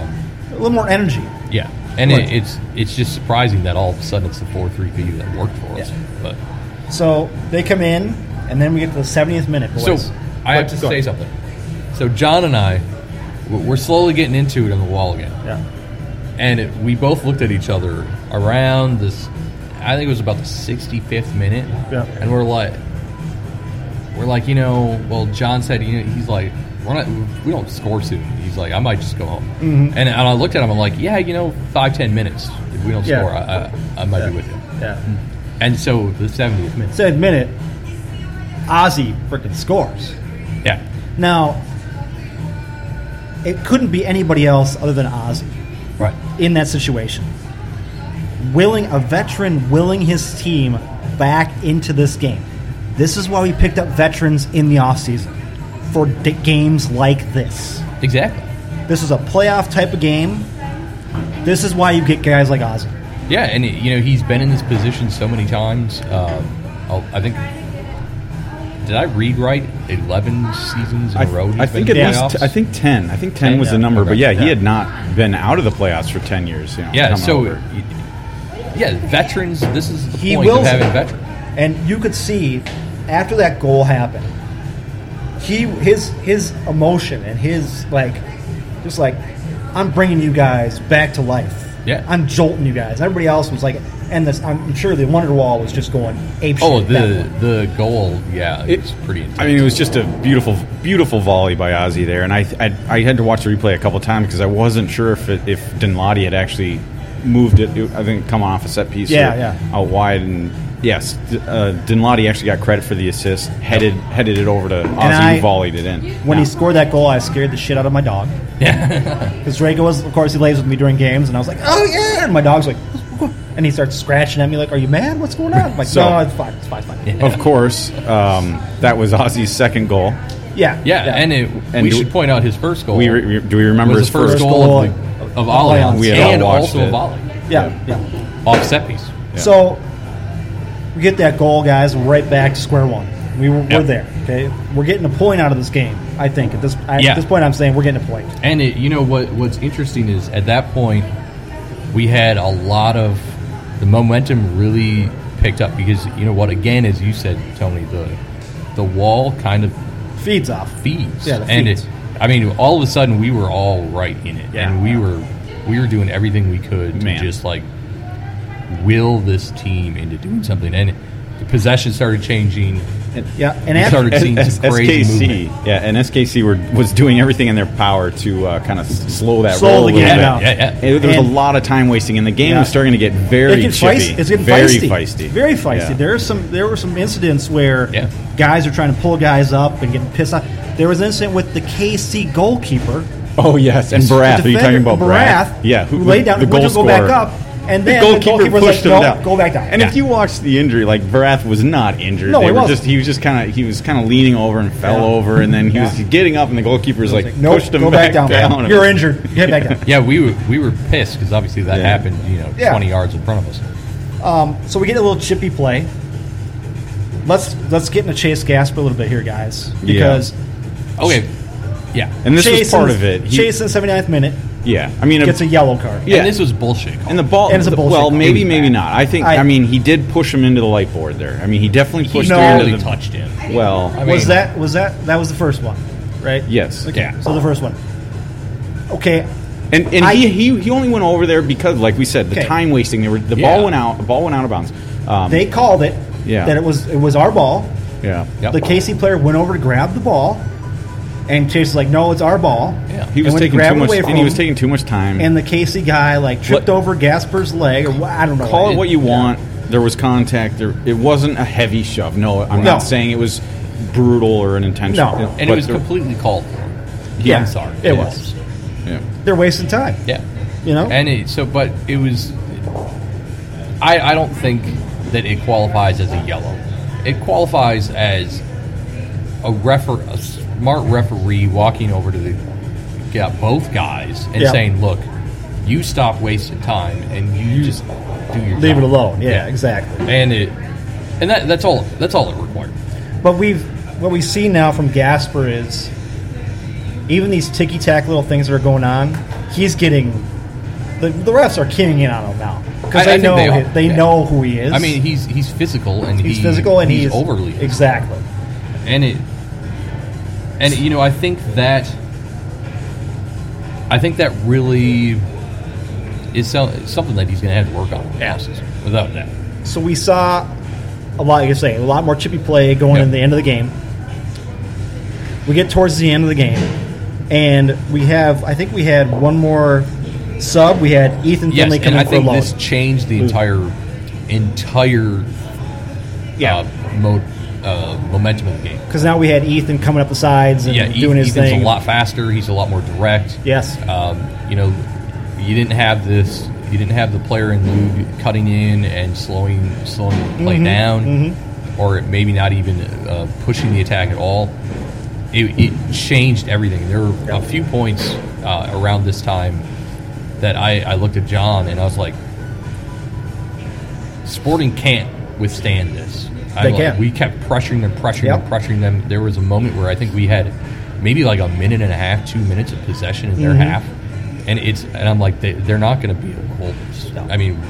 C: a little more energy.
D: Yeah, and
C: Right.
D: it, it's it's just surprising that all of a sudden it's the four three V that worked for us.
C: Yeah.
D: But
C: So they come in, and then we get to the 70th minute,
D: so
C: boys.
D: I have
C: But-
D: to
C: go
D: say
C: ahead.
D: something. So John and I, we're we're slowly getting into it on the wall again,
C: Yeah.
D: and it, we both looked at each other around this. I think it was about the sixty fifth minute,
C: Yeah.
D: and we're like, we're like, you know, well, John said, you know, he's like, we're not, we don't score soon. He's like, I might just go home.
C: Mm-hmm.
D: And, and I looked at him, I'm like, yeah, you know, five ten minutes. If we don't
C: Yeah.
D: score, I, I, I might
C: Yeah.
D: be with you.
C: Yeah.
D: And so the 70th minute.
C: Said minute, Ozzy freaking scores.
D: Yeah.
C: Now, it couldn't be anybody else other than Ozzy
D: Right.
C: in that situation. Willing a veteran, willing his team back into this game. This is why we picked up veterans in the offseason for d- games like this.
D: Exactly.
C: This is a playoff type of game. This is why you get guys like Ozzy.
D: Yeah, and you know he's been in this position so many times. Um, I'll- I think did I read right? Eleven seasons in
E: I,
D: a row. he's
E: I think at
D: been in the
E: least
D: playoffs?
E: I think ten. I think ten was
D: Yeah.
E: the number, but
D: Okay.
E: yeah, he
D: Yeah.
E: had not been out of the playoffs for ten years. You know,
D: Yeah.
E: coming
D: So
E: over.
D: yeah, veterans. This is the
C: He
D: point
C: wills
D: of having
C: it.
D: veterans.
C: and you could see after that goal happened he his his emotion and his like just like i'm bringing you guys back to life
D: Yeah.
C: i'm jolting you guys everybody else was like and this i'm sure the wonderwall was just going ape shit
D: Oh,
C: at that
D: the
C: point.
D: the goal. Yeah,
E: It-
D: it's pretty. Intense.
E: I mean, it was just a beautiful, beautiful volley by Ozzy there, and I, I, I had to watch the replay a couple times because I wasn't sure if it, if Dinladi had actually moved it. I think come off a set piece,
C: Yeah,
E: or
C: yeah.
E: out wide, and yes, D- uh, Dinladi actually got credit for the assist, headed headed it over to Ozzy,
C: I-
E: who volleyed it in.
C: when
E: Yeah.
C: he scored that goal i scared the shit out of my dog [laughs]
D: [laughs]
C: because Draco was of course he lays with me during games and i was like oh yeah and my dog's like [laughs] and he starts scratching at me like are you mad what's going on I'm like
E: So-
C: no, no it's fine it's fine it's fine
E: of course, um, that was Ozzy's second goal.
C: yeah
D: yeah, and it,
E: And
D: we
E: do-
D: should point out his first goal.
E: We re- re- do we remember
D: was
E: his
D: the first,
E: first
D: goal,
C: goal
D: of, the,
C: of-
D: of Allianz
E: We had all
D: and
E: watched
D: also
E: it.
D: a volley
C: yeah yeah
D: off set piece.
C: So we get that goal, guys. We're right back to square one. We were, we're
D: Yep.
C: there. Okay, we're getting a point out of this game. I think at this I,
D: Yeah.
C: at this point, I'm saying we're getting a point.
D: And it, you know what? What's interesting is at that point we had a lot of the momentum really picked up because you know what? Again, as you said, Tony, the the wall kind of
C: Feeds off.
D: feeds,
C: Yeah, the
D: and
C: feeds.
D: it. I mean, all of a sudden we were all right in it,
E: Yeah.
D: and we were we were doing everything we could
E: Man.
D: to just like will this team into doing something. And the possession started changing.
C: Yeah, and
D: You
C: after,
D: started seeing
E: S-
D: some crazy
E: SKC,
D: movement.
E: yeah, and SKC were was doing everything in their power to uh, kind of s- slow that
C: Slow
E: roll a
C: the
E: little
C: game
E: bit.
C: down.
D: Yeah, yeah.
E: And there was
C: And-
E: a lot of time wasting, and the game
C: Yeah.
E: was starting to get very
C: It gets
E: chippy,
C: feist- it's getting
E: very
C: feisty.
E: feisty,
C: Very feisty.
E: Yeah.
C: There are some. There were some incidents where
D: Yeah.
C: guys are trying to pull guys up and getting pissed off. There was an incident with the KC goalkeeper.
E: Oh yes, and Barath.
C: The
E: Are you talking
C: defender-
E: about Barath? Yeah,
C: who, laid down
E: the
C: went
E: goal
C: to go back
E: scorer.
C: up, and
E: The
C: then
E: goalkeeper,
C: was
E: pushed
C: like,
E: him
C: "No,
E: down.
C: go back down."
E: And
C: Yeah.
E: if you watch the injury, like Barath was not injured.
C: No,
E: they
C: he
E: were
C: wasn't.
E: just he was just kind of he was kind of leaning over and fell
C: Yeah.
E: over, and then he was
C: Yeah.
E: getting up, and the goalkeeper was like,
C: nope,
E: pushed him
C: go back,
E: [laughs]
C: down.
E: down.
C: You're injured. Get back down.
D: Yeah, we were we were pissed because obviously that
E: Yeah.
D: happened, you know,
C: Yeah.
D: twenty yards in front of us.
C: [laughs] So we get a little chippy play. Let's let's get into Chase Gasper a little bit here, guys, because
D: Okay, yeah,
E: And this
C: Chase
E: was part
C: in,
E: of it. He-
C: Chase in the 79th minute
E: yeah, I mean,
C: gets a yellow card.
E: Yeah.
D: and this was bullshit. call.
E: And the ball,
C: And it's a bullshit
E: well,
C: call.
E: maybe,
D: It was
E: maybe
D: bad.
E: not. I think.
C: I-
E: I, mean, he did push him into the light board there. I mean, he definitely pushed
D: he
C: No.
E: him
D: barely
E: into the
D: touched him.
E: Well,
D: I mean-
C: Was that was that that was the first one, right?
E: yes,
D: Yeah.
C: So the first one. Okay.
E: And and
C: I-
E: he, he he only went over there because, like we said, the
C: Okay.
E: time wasting. They were the
D: Yeah.
E: ball went out. The ball went out of bounds. Um,
C: They called it
E: Yeah.
C: that it was it was our ball.
E: yeah.
D: Yep.
C: The KC player went over to grab the ball and Chase is like, No, it's our ball.
D: Yeah.
E: He
C: And
E: was
C: when
E: taking
C: grabbed
E: too much,
C: away
E: and
C: from
E: he was
C: him,
E: taking too much time.
C: and the KC guy like tripped
E: What-
C: over Gasper's leg or wha- I don't know.
E: call it
D: it-
E: what you want. There was contact. There, it wasn't a heavy shove. No, I'm
C: No.
E: not saying it was brutal or an intentional.
C: No.
D: and
E: but
D: it was
E: there-
D: completely called. for.
C: Yeah.
D: I'm sorry,
C: It was.
E: yeah.
C: They're wasting time.
D: Yeah,
C: You know?
D: and it, so but it was. I I don't think that it qualifies as a yellow. It qualifies as a refer a smart referee walking over to the yeah both guys and
C: Yeah.
D: saying, look, you stop wasting time and you just do your
C: Leave it
D: job."
C: alone. Yeah, exactly.
D: and it and that that's all that's all it required.
C: But we've what we see now from Gasper is even these ticky tack little things that are going on, he's getting the, the refs are keying in on him now because
D: I- I
C: they
D: think
C: know
D: they
C: hi-
D: are.
C: they,
D: Yeah.
C: know who he is.
D: I mean, he's he's physical and
C: he's
D: he-
C: physical and
D: he's,
C: he's,
D: overly
C: exactly.
D: and it and you know i think that i think that really is so- something that he's going to have to work on with passes without that
C: So we saw a lot. Like I say, a lot more chippy play going
D: Yeah.
C: in the end of the game. We get towards the end of the game, and we have I think we had one more sub. We had Ethan
D: yes
C: Finley
D: and
C: coming
D: i
C: for a
D: think
C: Mm. load.
D: this changed the entire entire uh, mo- uh, momentum of the game
C: Because now we had Ethan coming up the sides and
D: yeah Eth-
C: doing his
D: ethan's
C: thing.
D: a lot faster he's a lot more direct
C: Yes.
D: um, you know you didn't have this you didn't have the player in league cutting in and slowing slowing the
C: Mm-hmm.
D: play down or maybe not even uh, pushing the attack at all it, it changed everything there were a few points uh, around this time that I, I looked at john and i was like sporting can't withstand this I
C: They
D: like,
C: can't.
D: we kept pressuring them pressuring
C: Yep.
D: them pressuring them there was a moment where i think we had maybe like a minute and a half two minutes of possession in their
C: Mm-hmm.
D: half and it's and I'm like they, they're not going to be able to hold us. I mean,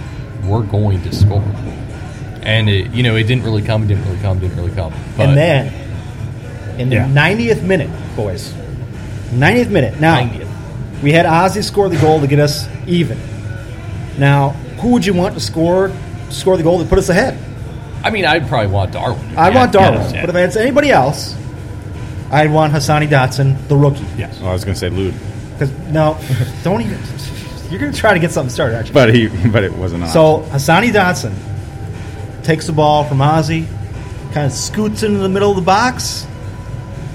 D: we're going to score, and it, you know it didn't really come, didn't really come, didn't really come. But
C: and then, in
D: Yeah.
C: the 90th minute, boys, 90th minute. Now,
D: 90th.
C: we had Ozzy score the goal to get us even. Now, who would you want to score score the goal to put us ahead?
D: I mean, I'd probably want Darwin.
C: I
D: Yeah,
C: want Darwin,
D: yes, yeah.
C: but if it's anybody else, I'd want Hassani Dotson, the rookie.
D: yes.
E: Oh, I was going to say lewd,
C: Because no, [laughs] don't even. You're going to try to get something started, actually.
E: but he [laughs] but it wasn't. an
C: So Hassani Dotson takes the ball from Ozzy, kind of scoots into the middle of the box,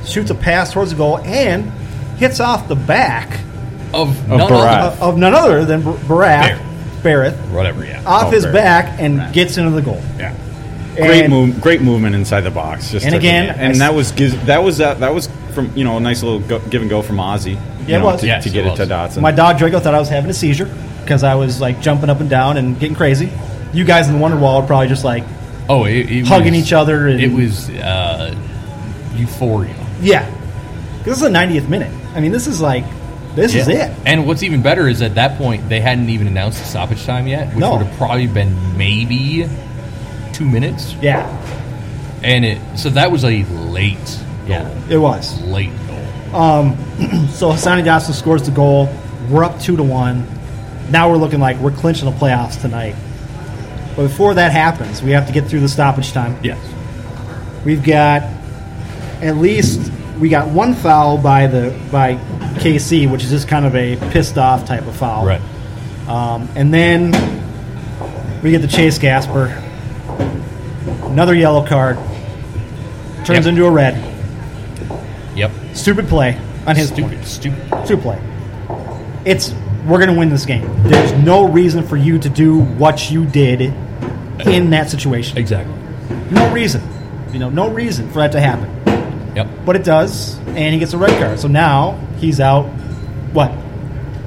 C: shoots a pass towards the goal, and hits off the back
D: of,
E: Of
D: none
E: Barat.
C: of, of none other than Bar- Barath, Barrett,
D: other- whatever. Yeah,
C: off
E: Oh,
C: his
E: Barrett.
C: back and gets into the goal.
E: Yeah. Great
C: And-
E: move, great movement inside the box. Just
C: And
E: took it
C: again,
E: in.
C: I s-
E: and that was giz- that was uh, that, that was from you know a nice little go, give and go from Ozzy. you
C: Yeah, it
E: know,
C: was.
E: to,
D: Yes,
E: to
D: it
E: get it,
D: was.
E: to Dotson.
C: My dog Draco thought I was having a seizure because I was like jumping up and down and getting crazy. You guys in the Wonder Wall are probably just like,
D: oh, it, it
C: Hugging
D: was-
C: each other and-
D: it was uh, euphoria.
C: yeah. 'Cause This is the 90th minute. I mean, this is like, this is
D: Yeah.
C: it.
D: And what's even better is at that point they hadn't even announced the stoppage time yet, which
C: No.
D: would have probably been maybe two minutes.
C: Yeah,
D: And it so that was a late goal.
C: it was.
D: late goal.
C: So Hassani Dotson scores the goal. We're up two to one. Now we're looking like we're clinching the playoffs tonight. But before that happens, we have to get through the stoppage time.
D: Yes.
C: We've got at least we got one foul by the by KC, which is just kind of a pissed off type of foul.
D: Right.
C: Um, and then we get the Chase Gasper. Another yellow card. Turns
D: Yep.
C: into a red.
D: Yep.
C: Stupid play on his
D: stupid,
C: point.
D: stupid.
C: Stupid play. It's we're gonna win this game. There's no reason for you to do what you did in that situation.
D: Exactly.
C: No reason. You know, no reason for that to happen.
D: Yep.
C: But it does, and he gets a red card. So now he's out. What?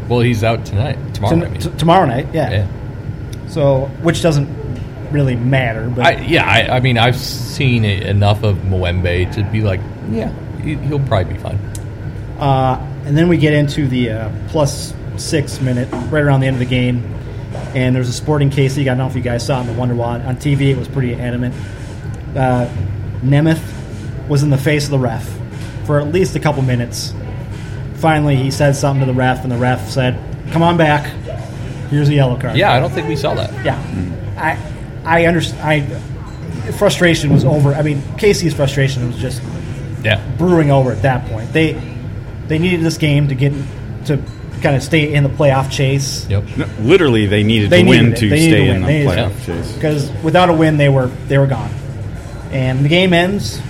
D: Well, he's out tonight. Tomorrow.
C: Tom-
D: I mean.
C: t- tomorrow night, yeah.
D: yeah.
C: So, which doesn't really matter, but
D: I, yeah, I, I mean, I've seen it enough of Mwembe to be like, yeah, he, he'll probably be fine.
C: Uh, and then we get into the uh, plus six minute, right around the end of the game. And there's a sporting case. I don't know if you guys saw it in the Wonder Wad. On TV, it was pretty adamant. Uh, Nemeth was in the face of the ref for at least a couple minutes. Finally, he said something to the ref, and the ref said, Come on back. Here's a yellow card.
D: Yeah, I don't think we saw that.
C: Yeah, I I understand. I frustration was over. I mean, Casey's frustration was just
D: Yeah.
C: brewing over at that point. They they needed this game to get to kind of stay in the playoff chase.
D: Yep.
E: No, literally, they needed
C: They
E: to win
C: needed it.
E: to
C: They needed
E: stay
C: to
E: in the
C: win. They needed
D: to
E: playoff chase.
C: Because without a win, they were they were gone. And the game ends.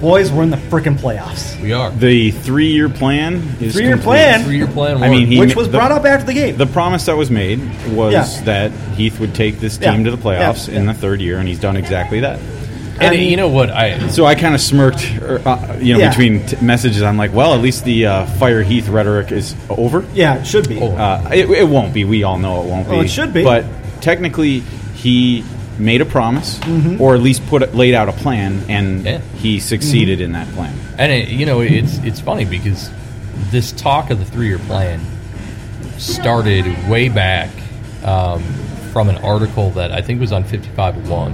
C: Boys, we're in the freaking playoffs.
D: We are.
E: The three-year plan is
C: Three-year
E: complete.
C: plan?
D: Three-year plan.
E: I mean,
D: worked.
E: he
C: Which
E: ma-
C: was
E: the-
C: brought up after the game.
E: The promise that was made was
C: Yeah.
E: that Heath would take this
C: Yeah.
E: team to the playoffs
C: Yeah.
E: in
C: Yeah.
E: the third year, and he's done exactly that.
D: and you know what? I
E: So I kind of smirked, er, uh, you know,
C: Yeah.
E: between t- messages. I'm like, well, at least the uh, fire Heath rhetoric is over.
C: yeah, it should be.
D: Oh.
E: Uh, it, it won't be. We all know it won't be.
C: Well, Oh, it should be.
E: But technically, he made a promise,
C: Mm-hmm.
E: or at least put a, laid out a plan, and
D: Yeah.
E: he succeeded
C: Mm-hmm.
E: in that plan.
D: and it, you know it's it's funny because this talk of the three-year plan started way back um, from an article that I think was on 55 One,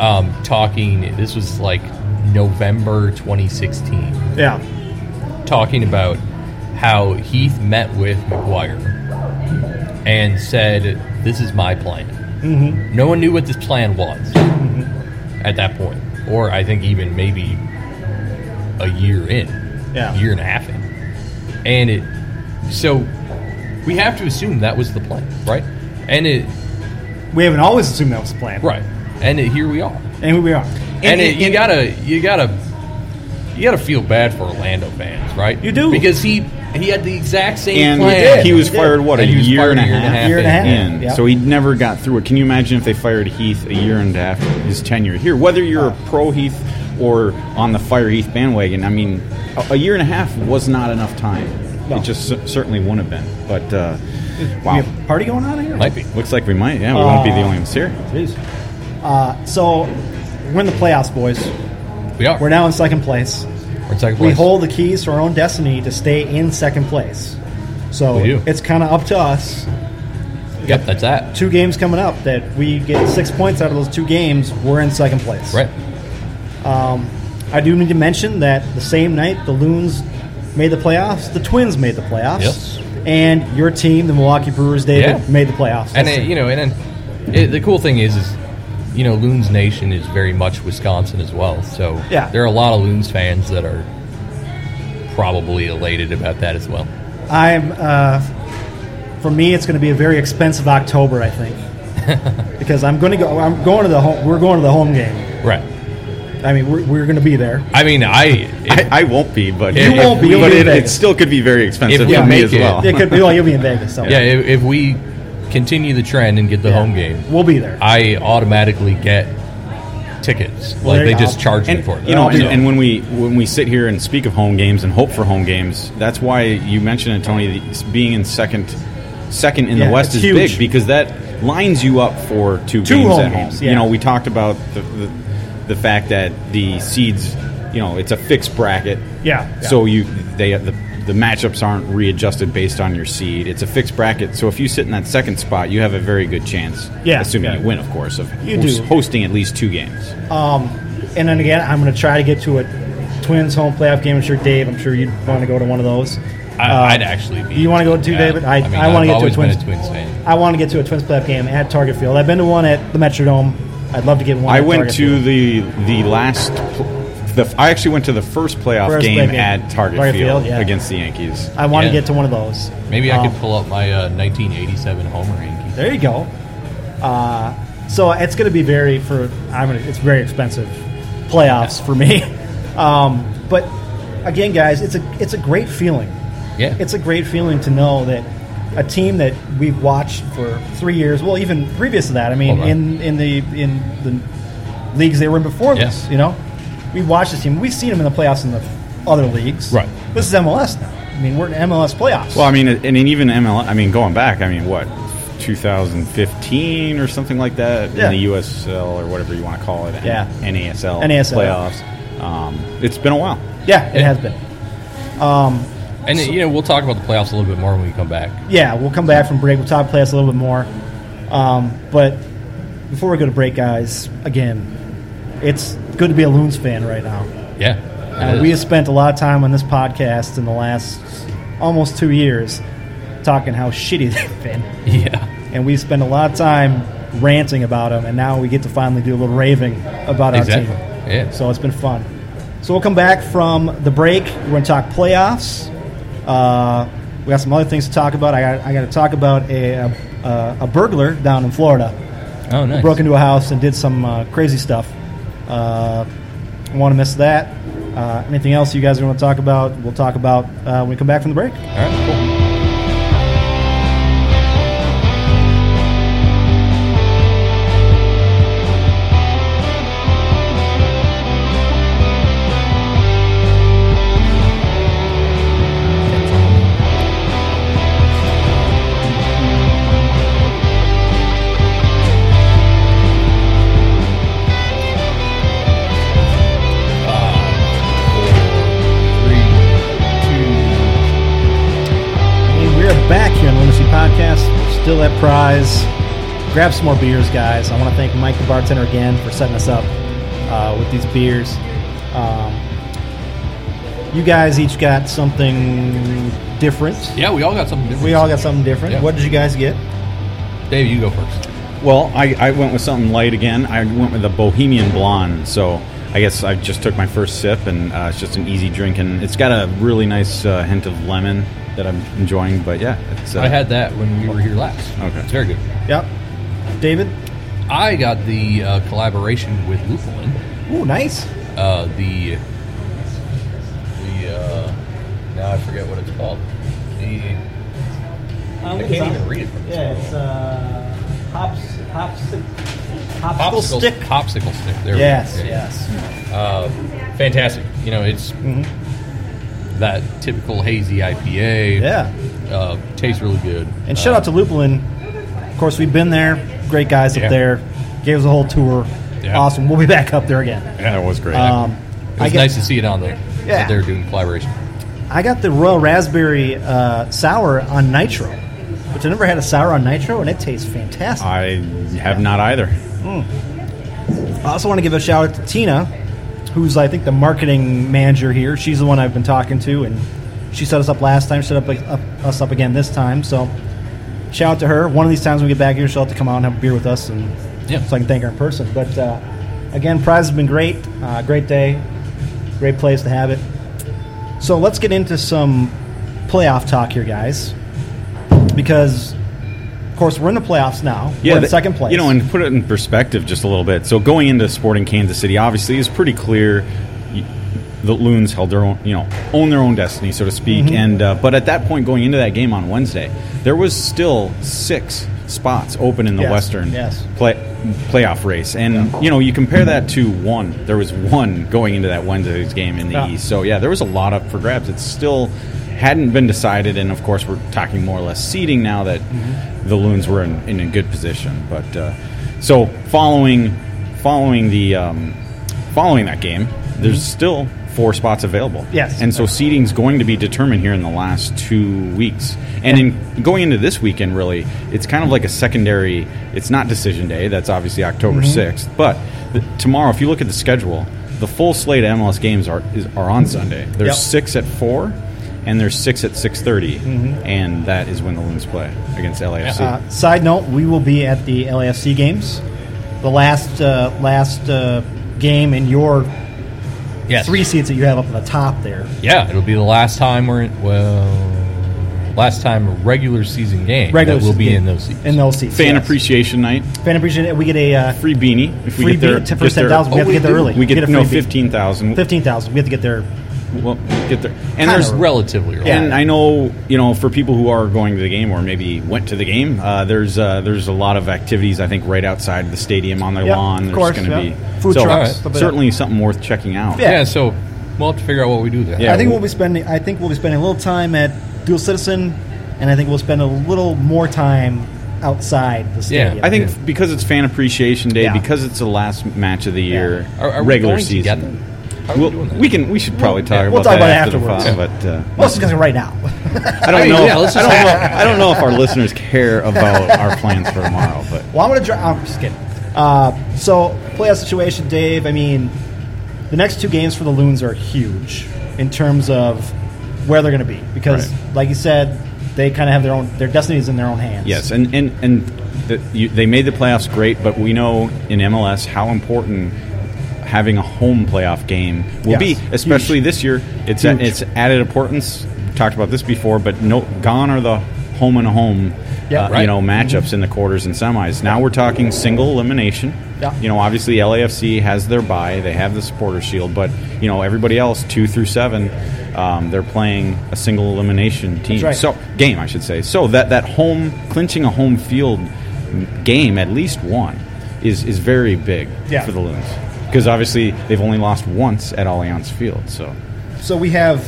D: um, talking. This was like November 2016.
C: Yeah,
D: talking about how Heath met with McGuire and said, "This is my plan." Mm-hmm. No one knew what this plan was at that point, or I think even maybe a year in,
C: Yeah.
D: year and a half in, and it. So we have to assume that was the plan, right? And it,
C: we haven't always assumed that was the plan,
D: right? And it, here we are.
C: And here we are.
D: And, it, you gotta, you gotta, you gotta feel bad for Orlando fans, right?
C: You do.
D: because he he had the exact same
E: And
D: plan.
E: he was
C: He did.
E: fired what a
D: And he was
E: year
D: fired
E: and a
D: a year and a
E: half.
D: half
C: Year and a half.
D: in.
E: in.
C: Yeah.
E: So he never got through it. Can you imagine if they fired Heath a year and after his tenure here? Whether you're a pro Heath or on the fire Heath bandwagon, I mean, a, a year and a half was not enough time.
C: No.
E: It just cer- certainly wouldn't have been. But uh,
C: We
E: wow,
C: have Uh, a party going on here.
D: might be.
E: looks like we might. Yeah, we won't be the only ones here.
C: Uh, so we're in the playoffs, boys.
D: We are.
C: We're now in second place.
D: We're in second
C: We
D: place.
C: hold the keys to our own destiny to stay in second place. So
D: We do.
C: it's kind of up to us.
D: Yep, that's that.
C: Two games coming up that we get six points out of those two games, we're in second place.
D: Right.
C: Um, I do need to mention that the same night the Loons made the playoffs, the Twins made the playoffs, and your team, the Milwaukee Brewers, David,
D: Yeah.
C: made the playoffs.
D: And it, you know, and then it, the cool thing is, is you know, Loons Nation is very much Wisconsin as well. So
C: Yeah.
D: there are a lot of Loons fans that are probably elated about that as well.
C: I'm uh, for me, it's going to be a very expensive October, I
D: [laughs]
C: think, because I'm going to go. I'm going to the home. We're going to the home game.
D: Right.
C: I mean, we're, we're going to be there.
D: I mean, I. if-
E: I, I won't be, but
D: You
E: if
D: won't
C: be,
E: we-
C: you'll
E: But
C: be
E: it,
C: in
E: it
C: Vegas.
E: still could be very expensive
D: we
E: for me
D: make
E: as
D: it-
E: well.
C: It could be. Well, you'll be in Vegas, so
D: yeah, if, if we continue the trend and get the
C: Yeah.
D: home game,
C: We'll be there.
D: I automatically get tickets.
C: Well,
D: like
C: there
D: they
C: you
D: just
C: go.
D: charge me
E: and
D: for them.
E: you know,
D: So-
E: and, and when we when we sit here and speak of home games and hope for home games, that's why you mentioned it, Tony. the- Being in second, second in
C: Yeah,
E: the West is
C: it's huge.
E: big because that lines you up for two,
C: Two
E: games
C: home
E: at home.
C: games,
E: You
C: yeah.
E: know, we talked about the, the the fact that the seeds, you know, it's a fixed bracket.
C: Yeah, yeah.
E: So you they the the matchups aren't readjusted based on your seed. It's a fixed bracket. So if you sit in that second spot, you have a very good chance.
C: Yeah.
E: assuming you win, of course, of
C: You do.
E: hosting at least two games.
C: Um, and then again, I'm going to try to get to a Twins home playoff game. I'm sure Dave. I'm sure you'd want to go to one of those.
D: I,
C: Uh,
D: I'd actually be.
C: You want to go to David? I, I,
D: mean,
C: want to get
D: I've
C: to a
D: always been
C: Twins.
D: a Twins fan.
C: I want to get to a Twins playoff game at Target Field. I've been to one at the Metrodome I'd love to get one.
E: I
C: at
E: went
C: Target.
E: to the the last. pl- The, I actually went to the first playoff
C: First
E: game
C: playoff game.
E: at Target,
C: Target
E: Field,
C: Field, yeah.
E: against the Yankees.
C: I want
D: Yeah.
C: to get to one of those.
D: Maybe I
C: Um,
D: could pull up my uh, 1987 Homer Yankee.
C: There you go. Uh, so it's going to be very for I'm gonna, it's very expensive playoffs for me. [laughs] Um, but again, guys, it's a it's a great feeling.
D: Yeah.
C: It's a great feeling to know that a team that we've watched for three years, well, even previous to that. I mean,
D: Hold on.
C: in in the in the leagues they were in before this,
D: Yeah.
C: you know, we watched this team. We've seen them in the playoffs in the other leagues.
E: Right.
C: This is MLS now. I mean, we're in MLS playoffs.
E: Well, I mean, and then even ML. I mean, going back, I mean, what, 2015 or something like that
C: Yeah.
E: in the USL or whatever you want to call it. N-
C: Yeah.
E: NASL.
C: NASL.
E: playoffs. Um, it's been a while.
C: yeah, it
D: Yeah.
C: has been.
D: And you know, we'll talk about the playoffs a little bit more when we come back.
C: Yeah, we'll come back from break. We'll talk playoffs a little bit more. Um, but before we go to break, guys, again, it's good to be a Loons fan right now.
D: Yeah.
C: Uh,
D: It
C: we have
D: is.
C: spent a lot of time on this podcast in the last almost two years talking how shitty [laughs] they've been.
D: [laughs] yeah.
C: And we've spent a lot of time ranting about them, and now we get to finally do a little raving about
D: Exactly.
C: our team.
D: Yeah.
C: So it's been fun. So we'll come back from the break. We're going to talk playoffs. Uh, we got some other things to talk about. I got, I got to talk about a, a, a burglar down in Florida
D: oh,
C: [laughs]
D: nice.
C: broke into a house and did some uh, crazy stuff. Uh, want to miss that? Uh, anything else you guys want to talk about? We'll talk about uh, when we come back from the break.
D: All right. Cool.
C: Hey, we're back here on the Lunacy Podcast. We're still at prize. Grab some more beers, guys. I want to thank Mike, the bartender, again for setting us up uh, with these beers. Um, you guys each got something different.
D: Yeah, we all got something different.
C: We all got something different.
D: Yeah.
C: What did you guys get?
D: Dave, you go first.
E: Well, I, I went with something light again. I went with a Bohemian Blonde. So I guess I just took my first sip, and uh, it's just an easy drink. And it's got a really nice uh, hint of lemon that I'm enjoying. But yeah, it's. Uh,
D: I had that when we were here last.
E: Okay.
D: It's very good.
C: Yep. David?
D: I got the uh, collaboration with Lupulin.
C: Ooh, nice.
D: Uh, the the uh, now I forget what it's called. The I can't even read it from this.
C: Yeah, it's uh, hops, hops,
D: Popsicle
C: popsicle stick.
D: Popsicle stick. There we go.
C: Yes,
D: Yeah, yeah.
C: yes.
D: Fantastic. You know, it's that typical hazy IPA.
C: Mm-hmm. Yeah.
D: Uh, tastes really good. Uh,
C: And shout out to Lupulin. Of course, we've been there. Great guys
D: Yeah.
C: up there. Gave us a whole tour.
D: Yeah.
C: Awesome. We'll be back up there again.
E: Yeah, it was great.
D: Uh,
C: Um,
D: It's
C: I, got,
D: nice to see it on there.
C: Yeah.
D: That they're doing collaboration.
C: I got the Royal Raspberry uh, Sour on Nitro, which I never had a sour on Nitro, and it tastes fantastic.
E: I have not either.
C: I also want to give a shout out to Tina, who's I think the marketing manager here. She's the one I've been talking to, and she set us up last time, set up, up us up again this time. So shout out to her. One of these times when we get back here, she'll have to come out and have a beer with us, and
D: Yeah.
C: so I can thank her in person. But uh, again, prize has been great. Uh, great day, great place to have it. So let's get into some playoff talk here, guys, because. Of course, we're in the playoffs now. we're in
E: the-
C: second place.
E: You know, and put it in perspective just a little bit. So going into Sporting Kansas City, obviously, is pretty clear. y- The Loons held their own, you know, own their own destiny, so to speak.
C: Mm-hmm.
E: And uh, but at that point, going into that game on Wednesday, there was still six spots open in the
C: Yes,
E: Western
C: yes.
E: play, playoff race. And you know, you compare that to one. There was one going into that Wednesday's game in the
C: Yeah.
E: East. So yeah, there was a lot up for grabs. It still hadn't been decided, and of course, we're talking more or less seeding now that
C: Mm-hmm.
E: the Loons were in, in a good position. But uh, so following following the um, following that game, there's still four spots available.
C: Mm-hmm. Yes.
E: and so seeding's going to be determined here in the last two weeks. And in going into this weekend, really, it's kind of like a secondary. It's not decision day. That's obviously October
C: Mm-hmm.
E: 6th. But th- tomorrow, if you look at the schedule, the full slate of MLS games are is, are on Sunday. There's
C: Yep.
E: six at four, and there's six at six
C: Mm-hmm.
E: and that is when the Loons play against LAFC.
C: Uh, side note, we will be at the LAFC games. the last uh, last uh, game in your
D: Yes.
C: three seats that you have up on the top there.
D: Yeah, it'll be the last time we're in, well, last time a regular season game
C: Regular
D: that will
C: season
D: be
C: game.
D: in those seats.
C: In those seats,
E: Fan
C: yes.
E: appreciation night,
C: Fan appreciation. We get a uh,
E: free beanie if we
C: Free
E: get there.
C: beanie, 10%
E: there-
C: thousand, we
E: Oh,
C: have to get there
E: do.
C: early.
E: We get,
C: Get a
E: no
C: free beanie.
E: fifteen thousand.
C: fifteen thousand. We have to get there.
E: Well, get there. And
C: Kinda
E: there's
C: early.
D: relatively early.
E: And I know, you know, for people who are going to the game or maybe went to the game, uh, there's uh, there's a lot of activities. I think right outside the stadium on their
C: Yep,
E: lawn,
C: of
E: there's
C: course,
E: going to
C: yeah.
E: be
C: Food
E: so,
C: trucks,
E: all
C: stuff like
E: certainly something worth checking out.
D: yeah. so we'll have to figure out what we do there.
E: Yeah.
C: I think
E: we'll-
C: we'll be spending. I think we'll be spending a little time at Dual Citizen, and I think we'll spend a little more time outside the
D: Yeah,
C: stadium.
E: I think because it's Fan Appreciation Day,
C: Yeah.
E: because it's the last match of the year,
D: Are- are we
E: regular
D: going
E: season.
D: together? How are we
E: We'll,
D: doing that?
E: we can. We should probably talk
C: we'll
E: about that
C: talk about it
E: after
C: afterwards.
E: the pod,
C: [laughs]
E: but uh,
C: Well, it's just right now. [laughs]
E: I don't
D: mean,
E: know.
D: yeah, let's
E: I
D: just [laughs]
E: don't know. I don't know if our listeners care about our plans for tomorrow, but
C: well, I'm gonna dri I'm just kidding. Uh, so playoff situation, Dave. I mean, the next two games for the Loons are huge in terms of where they're going to be because,
E: Right.
C: like you said, they kind of have their own. Their destiny is in their own hands.
E: Yes, and and and the, you, they made the playoffs great, but we know in MLS how important having a home playoff game will
C: Yes.
E: be, especially this year. It's a,
C: Huge.
E: it's added importance. Talked about this before, but no, gone are the home and home. uh,
C: Yeah,
E: you
C: right.
E: know matchups in the quarters and semis. Now we're talking single elimination.
C: Yeah.
E: You know, obviously LAFC has their bye; they have the supporter shield, but you know everybody else two through seven, um, they're playing a single elimination team.
C: That's right.
E: So game, I should say. So that that home clinching a home field game, at least one, is is very big
C: Yeah.
E: for the Loons because obviously they've only lost once at Allianz Field. So
C: So we have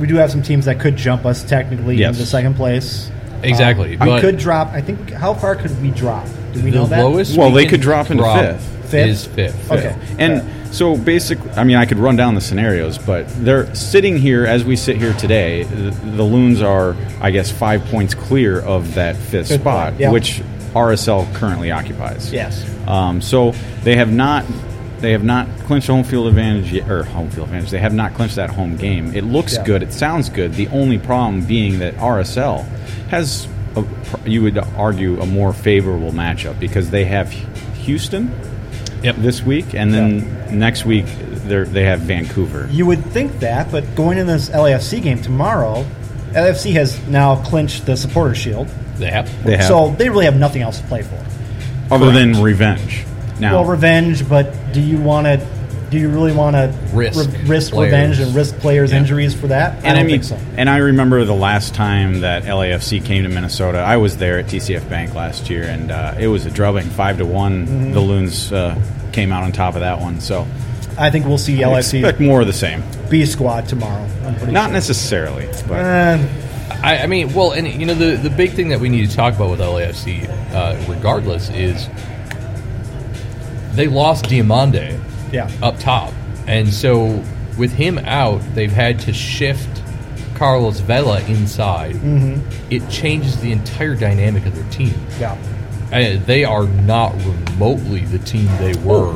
C: we do have some teams that could jump us technically
E: Yes.
C: into second place.
D: Exactly,
C: we
D: but-
C: could drop. I think how far could we drop? Do we
D: the
C: know that?
D: lowest.
E: Well,
D: we
E: they
D: can
E: could drop into fifth.
C: Fifth?
D: Is fifth.
C: Okay.
E: and so basically, I mean, I could run down the scenarios, but they're sitting here as we sit here today. The, the Loons are, I guess, five points clear of that fifth, spot,
C: Fifth spot, yeah.
E: which RSL currently occupies.
C: Yes.
E: Um, so they have not they have not clinched home field advantage yet, or home field advantage. They have not clinched that home game. It looks
C: Yeah.
E: good. It sounds good. The only problem being that RSL has a, pr- you would argue a more favorable matchup because they have Houston
D: Yep.
E: this week and then next week they they have Vancouver.
C: You would think that, but going in this LAFC game tomorrow, LAFC has now clinched the supporter shield,
D: They have.
E: They have
C: so they really have nothing else to play for.
E: other than revenge. Now
C: Well, revenge, but do you want to? Do you really want to
D: Risk
C: risk
D: players.
C: revenge and risk players'
D: Yeah.
C: injuries for that? I
E: and
C: don't
E: I mean,
C: think so.
E: and I remember the last time that LAFC came to Minnesota. I was there at TCF Bank last year, and uh, it was a drubbing, five to one.
C: Mm-hmm.
E: The Loons uh, came out on top of that one, so
C: I think we'll see
E: expect
C: LAFC
E: more of the same.
C: B squad tomorrow. I'm pretty
E: Not
C: sure.
E: necessarily, but
C: Uh,
D: I, I mean, well, and you know, the the big thing that we need to talk about with LAFC, uh, regardless, is they lost Diamande
C: Yeah.
D: up top, and so with him out, they've had to shift Carlos Vela inside.
C: Mm-hmm.
D: It changes the entire dynamic of their team.
C: yeah.
D: Uh, they are not remotely the team they were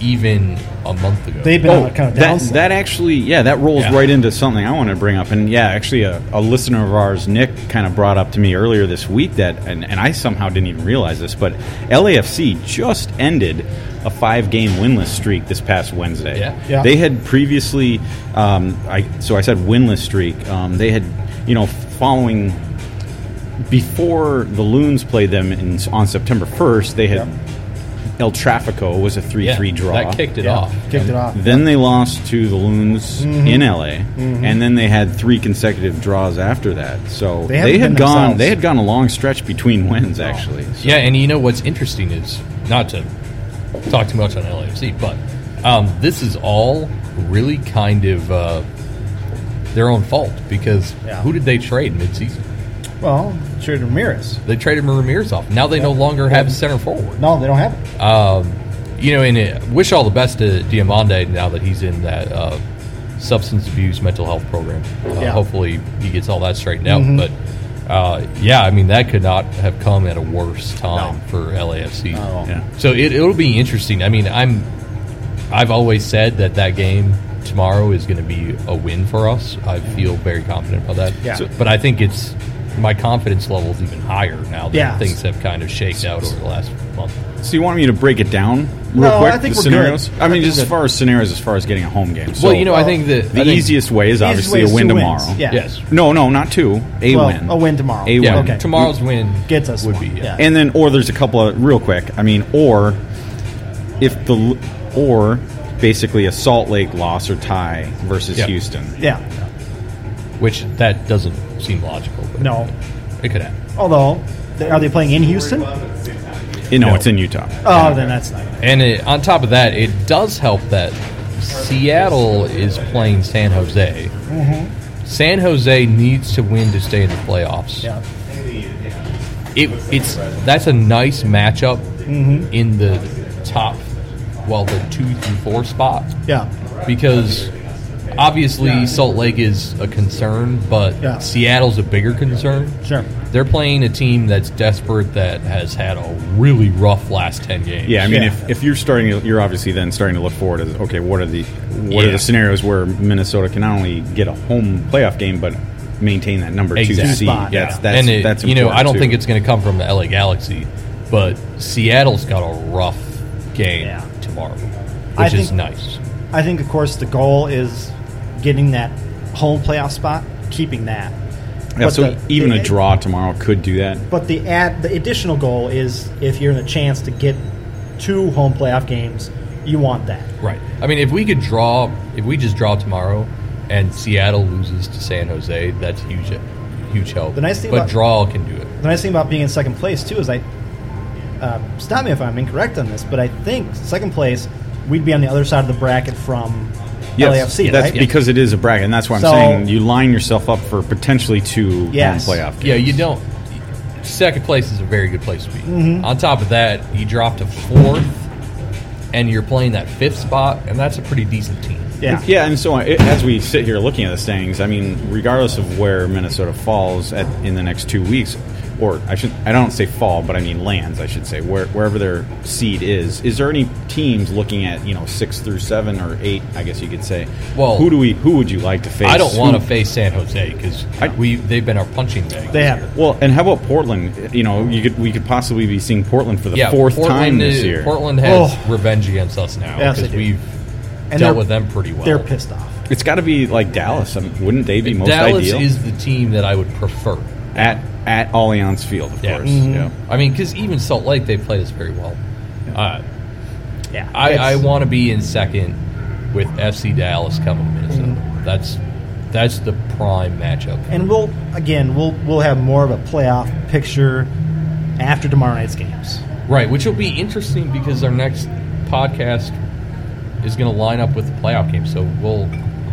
D: even a month ago.
C: They've been on a kind of
E: Oh, that,
C: downside.
E: that actually, yeah, that rolls
D: Yeah.
E: right into something I want to bring up. And yeah, actually, a, a listener of ours, Nick, kind of brought up to me earlier this week that, and, and I somehow didn't even realize this, but LAFC just ended a five game winless streak this past Wednesday.
D: Yeah.
C: Yeah.
E: They had previously, um, I, so I said winless streak. Um, they had, you know, following before the Loons played them in, on September 1st, they had. El Trafico was a 3
D: Yeah,
E: 3 draw.
D: that kicked it
C: Yeah,
D: off.
C: Kicked it off.
E: Then they lost to the Loons
C: Mm-hmm.
E: in LA, and then they had three consecutive draws after that. So
C: They
E: they,
C: haven't
E: had
C: been
E: gone
C: themselves. Oh.
E: they had gone a long stretch between wins actually. So-
D: Yeah, and you know what's interesting is not to talk too much on LAFC, but um, this is all really kind of uh, their own fault because
C: Yeah.
D: who did they trade midseason?
C: Well, Jared Ramirez.
D: They traded Ramirez off. Now they no longer have a center forward.
C: No, they don't have it.
D: Um, you know, and uh, wish all the best to Diamande now that he's in that uh, substance abuse mental health program. Uh,
C: Yeah. Mm-hmm.
D: Hopefully, he gets all that straightened out. But uh, yeah, I mean, that could not have come at a worse time for LAFC.
E: Yeah.
D: So it, it'll be interesting. I mean, I'm I've always said that that game tomorrow is going to be a win for us. I feel very confident about that.
C: Yeah.
D: So- but I think it's my confidence level is even higher now that
C: Yeah.
D: things have kind of shaked out over the last month.
E: So you want me to break it down real
C: No,
E: quick?
C: I think
E: the
C: we're
E: scenarios.
C: good.
E: I
C: I
E: mean,
C: think
E: just
C: we're
E: as far as scenarios, as far as getting a home game. So
D: well, you know, I think that
E: the easiest way is obviously
C: way is
E: a win
C: two wins.
E: tomorrow.
C: Yeah.
D: Yes.
E: No, no, not two. A
C: Well,
E: win.
C: a win tomorrow.
E: A
D: Yeah.
E: win.
C: Okay.
D: Tomorrow's win
C: Gets us
D: would
C: one,
D: be.
C: yeah.
D: And
E: And then, or there's a couple of real quick. I mean, or if the l- or basically a Salt Lake loss or tie versus
D: Yeah.
E: Houston.
C: Yeah.
D: which that doesn't seem logical. But
C: No.
D: it could happen.
C: Although, they- are they playing in Houston? Oh,
E: You know,
D: No.
E: it's in Utah.
C: then that's not. Good.
D: And it, on top of that, it does help that Seattle is playing San Jose. San Jose needs to win to stay in the playoffs.
C: Mm-hmm. Yeah.
D: It, it's that's a nice matchup
C: Mm-hmm.
D: in the top, well, the two through four spot
C: Yeah.
D: because obviously Salt Lake is a concern, but
C: Yeah.
D: Seattle's a bigger concern.
C: Sure.
D: They're playing a team that's desperate that has had a really rough last ten games.
E: Yeah, I mean,
C: Yeah.
E: If, if you're starting, to- you're obviously then starting to look forward as okay, what are the what are
D: Yeah.
E: the scenarios where Minnesota can not only get a home playoff game but maintain that number two
D: Exactly.
E: seed?
C: Spot,
E: That's
C: yeah.
E: that's
D: and it,
E: that's
D: you know
E: important,
D: I don't
E: too.
D: think it's going to come from the LA Galaxy, but Seattle's got a rough game
C: Yeah.
D: tomorrow,
C: I
D: which is
C: think-
D: nice.
C: I think, of course, the goal is getting that home playoff spot, keeping that.
E: yeah,
C: But
E: so
C: the-
E: even
C: the-
E: a draw tomorrow could do that.
C: But the ad, the additional goal is if you're in a chance to get two home playoff games, you want that.
D: Right. I mean, if we could draw, if we just draw tomorrow, and Seattle loses to San Jose, that's huge, huge help.
C: The nice thing
D: but
C: about-
D: draw can do it.
C: The nice thing about being in second place too is I. Uh, stop me if I'm incorrect on this, but I think second place we'd be on the other side of the bracket from LAFC,
E: that's
C: right?
E: because it is a bracket, and that's why I'm
C: So-
E: saying you line yourself up for potentially two
C: Yes.
E: home playoff. Games.
D: Yeah, you don't. Second place is a very good place to be. On top of that, you drop to fourth, and you're playing that fifth spot, and that's a pretty decent team.
C: yeah,
E: [laughs] Yeah, and so it, as we sit here looking at the standings, I mean, regardless of where Minnesota falls at, in the next two weeks, or I should, I don't say fall, but I mean lands, I should say, where, wherever their seed is, is there any teams looking at you know six through seven or eight? I guess you could say.
D: Well-
E: who do we? Who would you like to face?
D: I don't want to
E: Who-
D: face San Jose because
E: I-
D: we they've been our punching bag.
C: they
D: this
C: have
D: year.
C: it.
E: Well, and how about Portland? You know, you could we could possibly be seeing Portland for the
D: Yeah,
E: fourth
D: Portland
E: time this
D: is-
E: year.
D: Portland has
C: Oh.
D: revenge against us now
C: Yes,
D: because
C: they do.
D: we've
C: And
D: dealt
C: they're-
D: with them pretty well.
C: they're pissed off.
E: It's got to be like Dallas. I mean, wouldn't they be most
D: Dallas
E: ideal
D: is the team that I would prefer.
E: at at Allianz Field? Of
D: Yeah.
E: course,
D: Mhm.
E: yeah.
D: I mean, because even Salt Lake, they played us very well. Uh,
C: Yeah,
D: I, I
C: it's-
D: want to be in second with FC Dallas coming to Minnesota.
C: Mm.
D: That's that's the prime matchup.
C: and we'll again we'll we'll have more of a playoff picture after tomorrow night's games.
D: Right, which will be interesting because our next podcast is going to line up with the playoff game, so we'll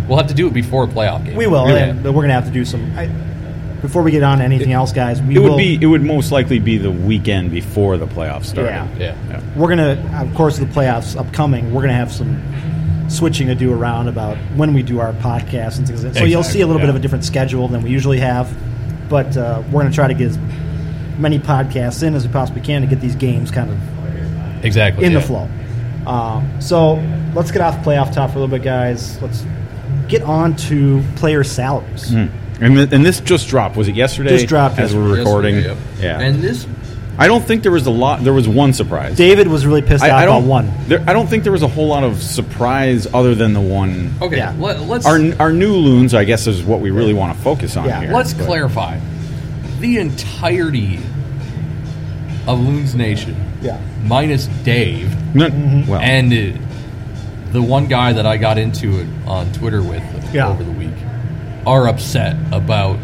D: we'll have to do it before a playoff game.
C: We will,
D: Yeah.
C: and- but we're gonna have to do some. I, before we get on to anything else, guys, we
E: It would
C: will,
E: be. It would most likely be the weekend before the playoffs started.
C: Yeah.
D: Yeah.
C: We're gonna, of course, the playoffs upcoming. We're gonna have some switching to do around about when we do our podcast and things. like that. So you'll see a little bit
E: yeah.
C: of a different schedule than we usually have, but uh, we're gonna try to get as many podcasts in as we possibly can to get these games kind of
D: exactly
C: in the
D: yeah.
C: flow. Um, so let's get off playoff top for a little bit, guys. Let's get on to player salaries.
E: Hmm. And, th- and this just dropped. Was it yesterday?
C: Just dropped
E: as we're
D: Yes,
E: recording.
D: yep.
E: Yeah.
D: and this
E: I don't think there was a lot. There was one surprise.
C: David was really pissed
E: I,
C: off
E: I
C: about
E: don't.
C: one.
E: There, I don't think there was a whole lot of surprise other than the one.
D: okay.
C: Yeah.
D: Let, us
E: Our our new loons, I guess, is what we really want to focus on
C: Yeah.
E: here.
D: let's
E: But-
D: clarify the entirety of Loons Nation,
C: Yeah.
D: minus Dave
E: No,
C: Mm-hmm.
E: well,
D: and uh, the one guy that I got into it on Twitter with
C: Yeah.
D: over the week, are upset about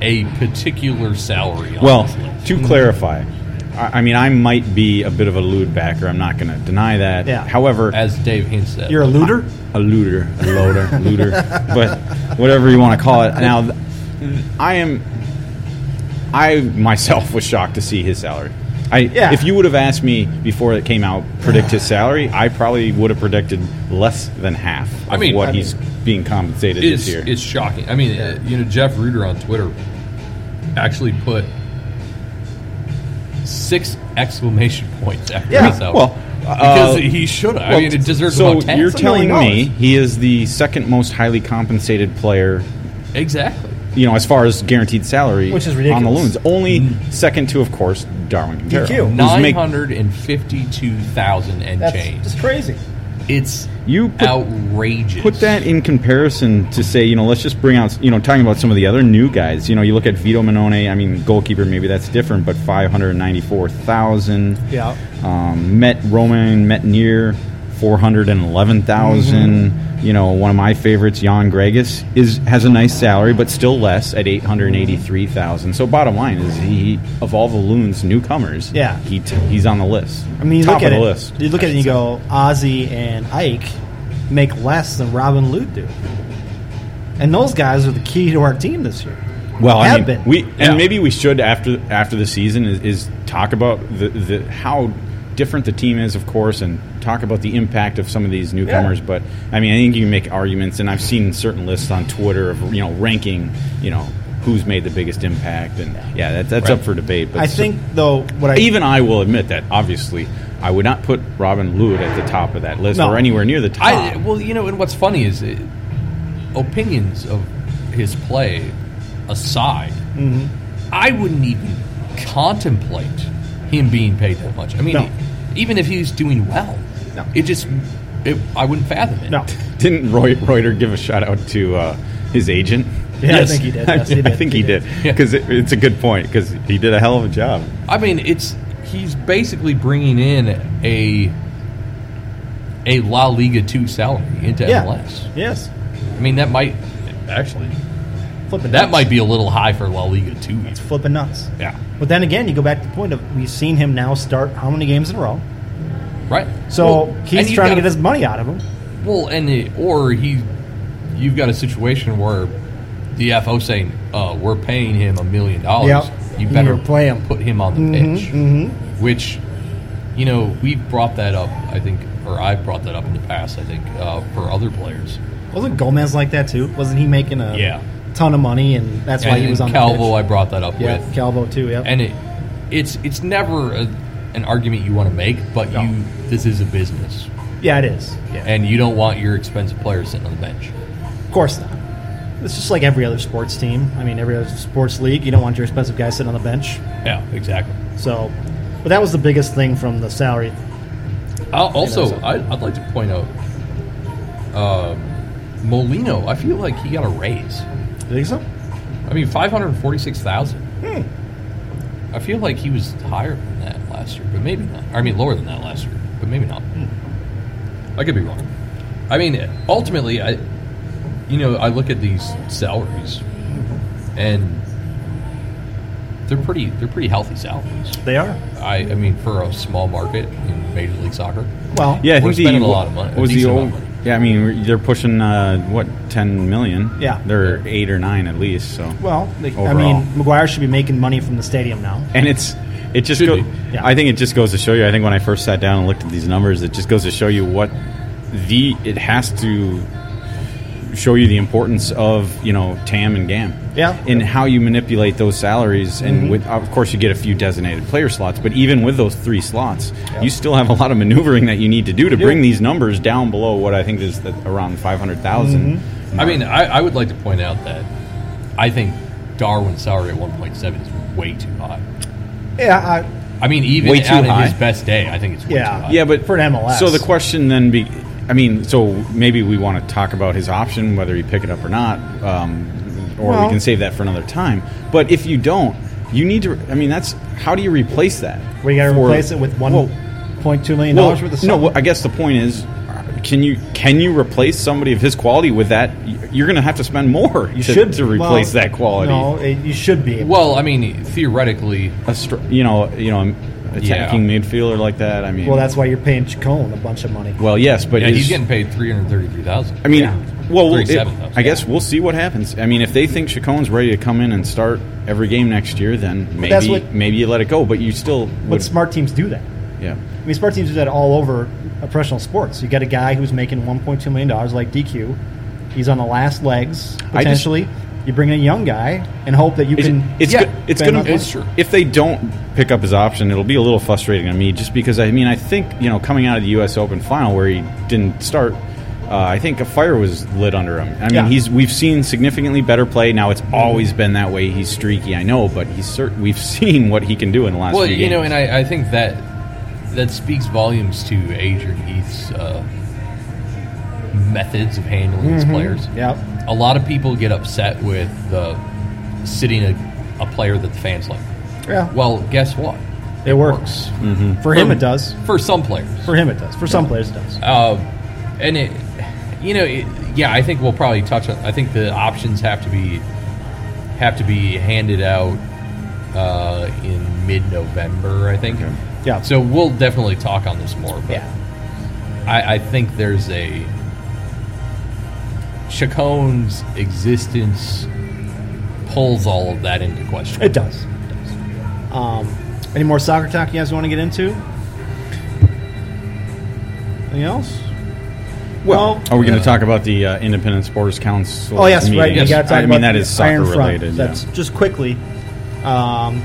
D: a particular salary. On
E: Well,
D: this list.
E: to clarify, I, I mean, I might be a bit of a lewd backer. I'm not going to deny that.
C: Yeah.
E: However,
D: as Dave hints at,
C: You're a looter.
E: a looter, a loader, a looter, but whatever you want to call it. Now, th- I am, I myself was shocked to see his salary. I,
C: Yeah.
E: If you would have asked me before it came out, predict his salary, I probably would have predicted less than half of
D: I mean-
E: what
D: I
E: he's being compensated
D: it's,
E: this year.
D: It's shocking. I mean, uh, you know, Jeff Reuter on Twitter actually put six exclamation points after
C: Yeah,
D: this out.
E: well,
D: because
E: uh,
D: he should have. I
E: Well,
D: mean, it deserves
E: so
D: about 10.
E: you're
C: It's a million
E: telling me
C: dollars.
E: he is the second most highly compensated player
D: exactly.
E: you know, as far as guaranteed salary,
C: Which is
E: on the
C: ridiculous. Mm.
E: loons, only second to, of course, Darwin Quintero,
C: DQ.
E: who's
D: Nine
E: make-
D: hundred and fifty-two thousand and
C: That's
D: change.
C: just crazy.
D: It's
E: You put-
D: outrageous.
E: Put that in comparison to say, you know, let's just bring out, you know, talking about some of the other new guys. You know, you look at Vito Minone. I mean, goalkeeper, maybe that's different, but five hundred ninety-four thousand.
C: Yeah.
E: Um, Met Roman Metnier, four
C: Mm-hmm.
E: You know, one of my favorites, Jan Gregus, is has a nice salary, but still less at eight hundred eighty-three thousand. So, bottom line is, he of all the loons, newcomers,
C: Yeah.
E: he t- he's on the list.
C: I mean, you
E: top
C: look at
E: of the
C: it.
E: list.
C: You look at it and you go, Ozzy and Ike make less than Robin Lute do, and those guys are the key to our team this year.
E: Well, I
C: Have
E: mean,
C: been.
E: we
D: Yeah.
E: and maybe we should after after the season is, is talk about the, the how different the team is, of course, and talk about the impact of some of these newcomers. But I mean, I think you can make arguments, and I've seen certain lists on Twitter of you know ranking, you know, who's made the biggest impact, and yeah, that, that's up for debate. But
C: I
E: so-
C: think though, what I
E: even I will admit that obviously I would not put Robin Lute at the top of that list
C: No.
E: or anywhere near the top.
D: I
C: Ah.
D: well, you know, and what's funny is it, opinions of his play aside,
C: Mm-hmm.
D: I wouldn't even contemplate him being paid that much. I mean,
C: No.
D: even if he's doing well,
C: No.
D: it just it, I wouldn't fathom it.
C: no,
E: [laughs] Didn't Roy, Reuter give a shout out to uh, his agent?
C: Yeah, I think he did. Yes, he
E: [laughs] I
C: did.
E: think
C: He
E: he did
C: did.
D: Yeah.
E: because it, it's a good point because he did a hell of a job.
D: I mean, it's he's basically bringing in a a La Liga two salary into
C: yeah,
D: MLS.
C: yes,
D: I mean, that might actually
C: flipping
D: that
C: nuts.
D: might be a little high for La Liga two.
C: flipping nuts.
D: Yeah,
C: But then again, you go back to the point of we've seen him now start how many games in a row.
D: right.
C: So
D: Well, and
C: he's
D: you've
C: trying to
D: got-
C: get his money out of him.
D: Well, and it, or he, you've got a situation where the FO saying, uh, "We're paying him a million dollars.
C: Yep.
D: You better
C: You're play him." Mm-hmm,
D: Put him on the pitch." Which, you know, we brought that up. I think, or I've brought that up in the past. I think uh, for other players.
C: Wasn't Gomez like that too? Wasn't he making a
D: Yeah.
C: ton of money and that's why
D: and,
C: he was on
D: and Calvo,
C: the
D: I brought that up
C: pitch? yeah,
D: with.
C: Calvo too. Yeah,
D: and it, it's it's never a, an argument you want to make, but
C: No.
D: you this is a business,
C: yeah, it is. Yeah,
D: and you don't want your expensive players sitting on the bench.
C: of course not. It's just like every other sports team. I mean, every other sports league. You don't want your expensive guy sitting on the bench.
D: Yeah, exactly.
C: So, but that was the biggest thing from the salary.
D: I'll also,
C: so-
D: I, I'd like to point out, um, Molino. I feel like he got a raise.
C: You think so?
D: I mean, five hundred forty-six thousand. I feel like he was higher than that last year, but maybe not. I mean, lower than that last year, but maybe not. I could be wrong. I mean, ultimately, I, you know, I look at these salaries, and they're pretty. They're pretty healthy salaries.
C: They are.
D: I, I mean, for a small market in Major League Soccer.
C: Well,
E: Yeah, I
D: We're
E: think the-
D: spending a lot of money,
E: what
D: a
E: Was the
D: decent amount
E: old?
D: of money.
E: Yeah, I mean they're pushing uh, what ten million.
C: Yeah.
E: they're eight or nine at least. So
C: Well, they, I
E: Overall.
C: mean, McGuire should be making money from the stadium now.
E: and it's it just
D: Should
E: go,
D: be.
C: Yeah.
E: I think it just goes to show you. I think when I first sat down and looked at these numbers, it just goes to show you what the it has to show you the importance of you know TAM and GAM.
C: Yeah.
E: And how you manipulate those salaries, and with of course you get a few designated player slots, but even with those three slots, you still have a lot of maneuvering that you need to do to bring these numbers down below what I think is the, around five
D: I mean, I, I would like to point out that I think Darwin's salary at 1.7 is way too high.
C: Yeah, I,
D: I mean, even
E: Way too
D: out
E: high?
D: of his best day, I think it's way
C: Yeah.
D: too high.
E: Yeah, but
C: For an MLS.
E: So the question then be, I mean, so maybe we want to talk about his option, whether you pick it up or not, um, or
C: Well-
E: we can save that for another time. But if you don't, you need to. I mean, that's how do you replace that?
C: We got to
E: For-
C: replace it with one
E: Well,
C: point two million
E: well,
C: dollars worth of
E: no.
C: something.
E: well, I guess the point is, can you can you replace somebody of his quality with that? You're going to have to spend more.
C: you
E: to,
C: should
E: to replace
C: well,
E: that quality.
C: No, it, you should be.
D: Well, I mean, theoretically,
E: A str- you know, you know, attacking midfielder like that. I mean,
C: well, that's why you're paying Chacon a bunch of money.
E: well, yes, but
D: yeah, he's
E: is-
D: getting paid 333000
E: I mean,
C: Yeah.
E: well, we'll- it-
D: 37,000.
E: I guess we'll see what happens. I mean, if they think Chacon's ready to come in and start every game next year, then
C: that's
E: maybe
C: what-
E: maybe you let it go. But you still,
C: but
E: would,
C: smart teams do that.
E: yeah,
C: I mean, smart teams do that all over professional sports. You got a guy who's making one point two million dollars, like DQ. He's on the last legs
E: I just-
C: potentially. you bring in a young guy and hope that you
E: it's
C: can.
E: it's,
D: yeah,
E: go- it's
C: Ben,
E: gonna
C: that's
D: true.
E: if they don't pick up his option, it'll be a little frustrating to me, just because I mean, I think you know, coming out of the U.S. Open final where he didn't start, Uh, I think a fire was lit under him. I mean,
C: Yeah.
E: he's we've seen significantly better play. Now it's always been that way. He's streaky, I know, but he's cert- we've [laughs] seen what he can do in the last.
D: Well,
E: few
D: you know,
E: games.
D: and I, I think that that speaks volumes to Adrian Heath's uh, methods of handling his
E: Mm-hmm.
D: players.
C: Yep.
D: A lot of people get upset with the sitting a, a player that the fans like.
C: Yeah.
D: Well, guess what?
C: It works.
E: Mm-hmm.
C: For him, it does.
D: For some players.
C: For him, it does. For some players, it does.
D: Uh, and it, you know, it, yeah, I think we'll probably touch on. I think the options have to be have to be handed out uh, in mid-November. I think.
C: Yeah.
D: So we'll definitely talk on this more. But
C: Yeah.
D: I, I think there's a Chacon's existence pulls all of that into question.
C: It does. Um, any more soccer talk you guys want to get into? Anything else? Well,
E: Are we going to talk about the uh, Independent Sports Council?
C: Oh yes,
E: meeting?
C: right.
D: Yes.
C: We got to talk
E: I
C: about
E: mean, that is
C: the
E: soccer
C: Iron Front.
E: related.
C: That's
E: yeah.
C: just quickly. Um,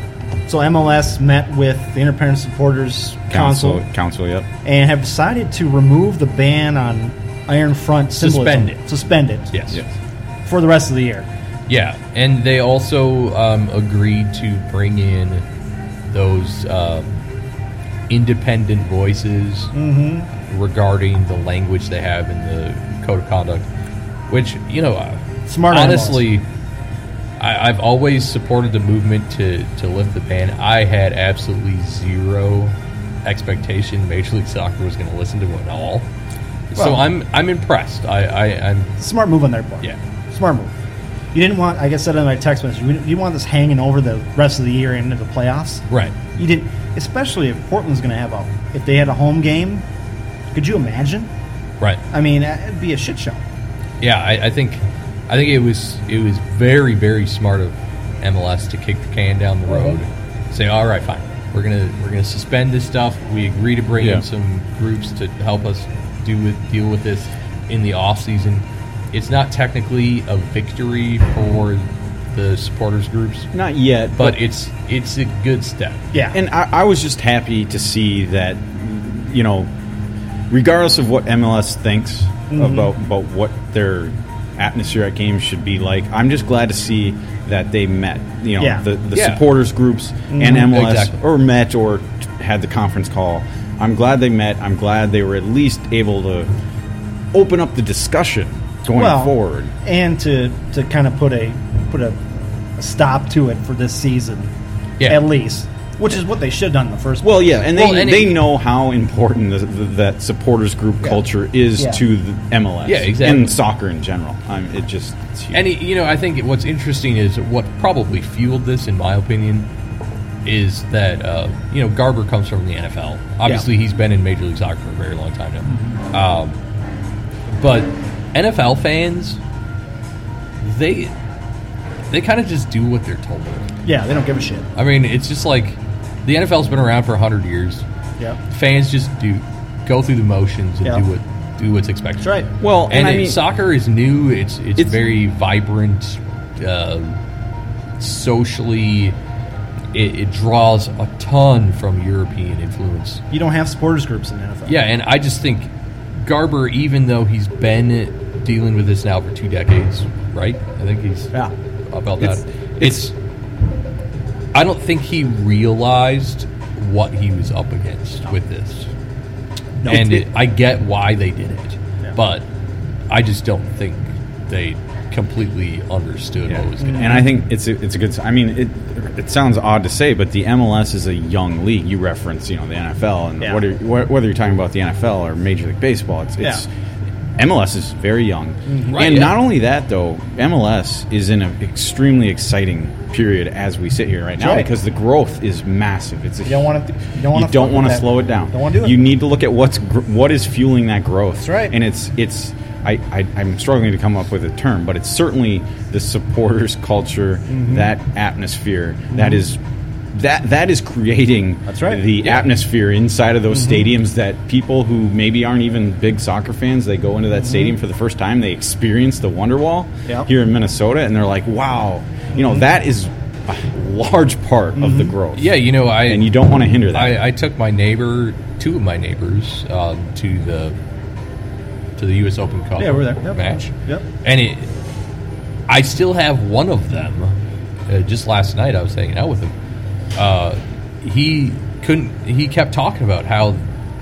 C: so MLS met with the Independent Supporters Council,
E: council, council. Yep.
C: and have decided to remove the ban on Iron Front symbolism.
D: Suspend it.
C: Suspend it.
D: Yes.
C: For the rest of the year.
D: Yeah, and they also um, agreed to bring in those um, independent voices
C: Mm-hmm.
D: regarding the language they have in the code of conduct, which you know, uh,
C: Smart animals.
D: honestly. I, I've always supported the movement to, to lift the ban. I had absolutely zero expectation Major League Soccer was going to listen to it at all. so
C: Well-
D: I'm I'm impressed. I, I I'm
C: Smart move on their part.
D: Yeah.
C: Smart move. You didn't want, like I said in my text message, you didn't- you didn't want this hanging over the rest of the year into the playoffs.
D: right.
C: You didn't, especially if Portland's going to have a, if they had a home game, could you imagine?
D: Right.
C: I mean, uh, it'd be a shit show.
D: Yeah, I, I think I think it was it was very very smart of MLS to kick the can down the road. Say, all right, fine, we're gonna we're gonna suspend this stuff. We agree to bring
E: Yeah.
D: in some groups to help us do with deal with this in the off season. It's not technically a victory for the supporters groups,
E: Not yet,
D: but it's it's a good step.
C: Yeah.
E: And I, I was just happy to see that, you know, regardless of what MLS thinks about about what their atmosphere at games should be like, I'm just glad to see that they met. You know,
C: Yeah.
E: the, the
D: Yeah.
E: supporters groups and MLS
D: Exactly.
E: or met or t- had the conference call. I'm glad they met. I'm glad they were at least able to open up the discussion going forward.
C: and to to kind of put a put a, a stop to it for this season,
D: Yeah.
C: at least, which is what they should have done in the first.
E: Well, yeah, and they,
D: Well, and
E: they
D: it-
E: know how important the, the, that supporters group culture is
C: Yeah.
E: to the MLS.
D: Yeah, exactly.
E: And soccer in general. I mean, it just it's huge.
D: And you know, I think what's interesting is what probably fueled this, in my opinion, is that uh, you know Garber comes from the NFL. Obviously, he's been in Major League Soccer for a very long time now. Um, but NFL fans, they they kind of just do what they're told.
C: place. yeah, they don't give a shit.
D: I mean, it's just like the NFL's been around for hundred years.
C: Yeah,
D: Fans just do go through the motions and
C: Yeah.
D: do what do what's expected.
C: that's right.
E: well,
D: And,
E: and, I
D: it-
E: mean,
D: soccer is new. It's it's,
E: It's-
D: very vibrant, uh, socially. It, it draws a ton from European influence.
C: You don't have supporters groups in the NFL.
D: Yeah, and I just think Garber, even though he's been dealing with this now for two decades, right? I think he's
C: Yeah.
D: about that.
E: It's-
D: It's, I don't think he realized what he was up against with this, and it, I get why they did it, but I just don't think they completely understood what was going to.
E: and I think it's a, it's a good. I mean, it it sounds odd to say, but the MLS is a young league. You reference, you know, the NFL, and
C: Yeah.
E: what are, wh- whether you're talking about the NFL or Major League Baseball, it's, it's MLS is very young.
C: Mm-hmm.
D: Right,
E: and
D: yeah.
E: not only that, though, MLS is in an extremely exciting period as we sit here right now
C: right.
E: because the growth is massive. It's a
C: You don't want to. You don't want
E: you
C: to.
E: don't want to slow it down.
C: Don't want to do it.
E: You need to look at what's gr- what is fueling that growth. That's
C: right.
E: And it's it's I, I I'm struggling to come up with a term, but it's certainly the supporters [laughs] culture,
D: Mm-hmm.
E: that atmosphere that is that that is creating
C: That's right.
E: the atmosphere inside of those
D: Mm-hmm.
E: stadiums that people who maybe aren't even big soccer fans they go into
D: Mm-hmm.
E: that stadium for the first time they experience the Wonderwall
C: Yep.
E: here in Minnesota and they're like wow you know that is a large part of the growth
D: Mm-hmm. Yeah, you know, I
E: and you don't want to hinder that
D: I, I took my neighbor, two of my neighbors, um, to the to to the U.S. Open Cup.
F: Yeah, we were there. Yep.
D: Match.
F: Yep.
D: And it, I still have one of them. Uh, just last night, I was hanging out with him. Uh, he couldn't. He kept talking about how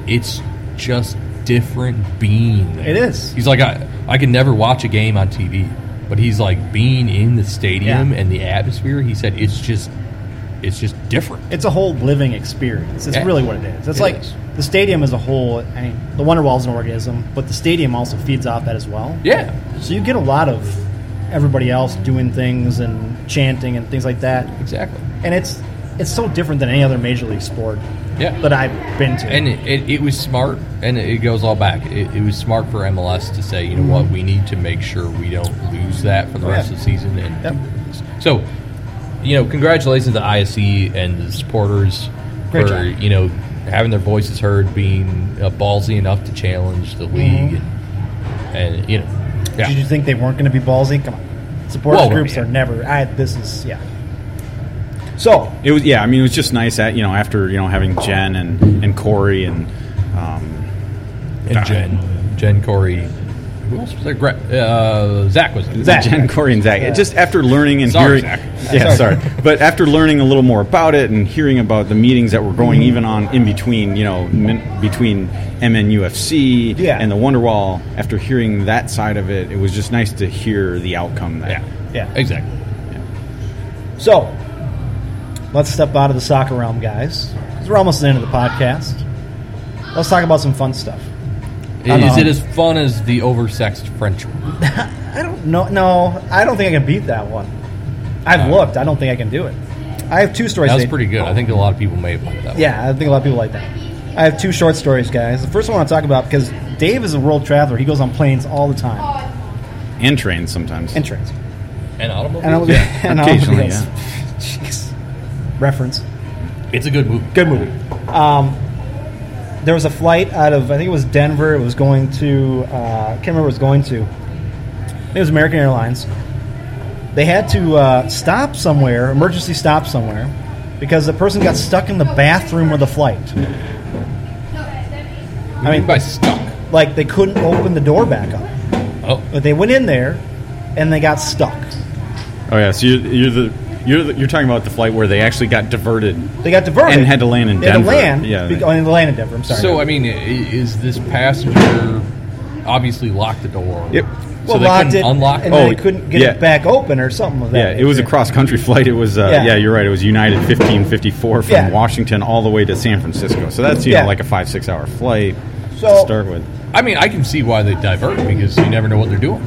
D: it's just different being. There.
F: It is.
D: He's like, I, I can never watch a game on TV, but he's like being in the stadium
F: Yeah.
D: and the atmosphere. He said it's just, it's just different.
C: It's a whole living experience. It's
D: Yeah.
C: really what it is. It's
D: It
C: like
D: is.
C: the stadium as a whole. I mean, the Wonder Wall is an organism, but the stadium also feeds off that as well.
D: Yeah.
C: So you get a lot of everybody else doing things and chanting and things like that,
D: Exactly.
C: and it's it's so different than any other major league sport
D: Yeah.
C: that I've been to.
D: And it, it, it was smart, and it goes all back. It, it was smart for MLS to say, you know what, we need to make sure we don't lose that for the rest
C: Mm-hmm. Yeah.
D: of the season. And so, you know, congratulations to ISC and the supporters
C: Great
D: for
C: job.
D: you know having their voices heard, being uh, ballsy enough to challenge the league,
C: Mm-hmm.
D: and, and you know, yeah.
C: Did you think they weren't going to be ballsy? Come on, supporters
D: Well,
C: groups
D: yeah.
C: are never. I this is yeah.
F: So
E: It was yeah. I mean, it was just nice at you know after you know having Jen and and Corey and um,
D: and Jen, Jen Corey, who else was there? Gra- uh, Zach was there.
C: Zach.
E: Jen, Corey, and Zach. Just after learning and
D: Sorry,
E: hearing,
D: Zach.
E: yeah, sorry. But after learning a little more about it and hearing about the meetings that were going even on in between, you know, min, between MNUFC
F: Yeah.
E: and the Wonderwall. After hearing that side of it, it was just nice to hear the outcome. That
D: Yeah,
F: Yeah.
D: exactly.
F: so
C: Let's step out of the soccer realm, guys. 'cause we're almost at the end of the podcast. Let's talk about some fun stuff. don't
D: Is
C: know.
D: it as fun as the oversexed French one?
C: I don't know. No, I don't think I can beat that one. I've looked. I don't think I can do it. I have two stories.
D: Uh, That was
C: today.
D: pretty good. I think a lot of people may have liked that. one.
C: Yeah, I think a lot of people like that. I have two short stories, guys. The first one I want to talk about because Dave is a world traveler. He goes on planes all the time
E: and trains sometimes.
C: and trains.
D: and automobiles.
C: And I'll-
E: Yeah,
C: [laughs] and I'll-
E: occasionally,
C: yes. Jeez. Reference.
D: It's a good movie.
C: Good movie. Um, there was a flight out of I think it was Denver. It was going to uh, I can't remember. What it was going to. I think It was American Airlines. They had to uh, stop somewhere, emergency stop somewhere, because the person got stuck in the bathroom of the flight. I mean,
D: by stuck.
C: like they couldn't open the door back up.
D: Oh,
C: But they went in there and they got stuck.
E: Oh yeah. So you're, you're the you're the, you're talking about the flight where they actually got diverted.
C: They got diverted
E: And had to land in
C: they had
E: Denver.
C: To land,
E: Yeah,
C: be-
E: they-
C: oh, and they landed in Denver. I'm sorry.
D: so uh, I mean, i- is this passenger obviously locked the door?
E: Yep.
D: So
C: well,
D: they
C: locked
D: couldn't
C: it,
D: unlock
C: and
D: it.
C: then
E: Oh,
C: they couldn't get
E: yeah.
C: it back open or something like that.
E: Yeah, it was a cross country [laughs] flight. It was, uh,
C: Yeah.
E: yeah. you're right. It was United 1554 from
C: Yeah.
E: Washington all the way to San Francisco. So that's, you
C: Yeah.
E: know, like a five, six hour flight
C: So-
E: to start with.
D: Oh. I mean, I can see why they divert because you never know what they're doing.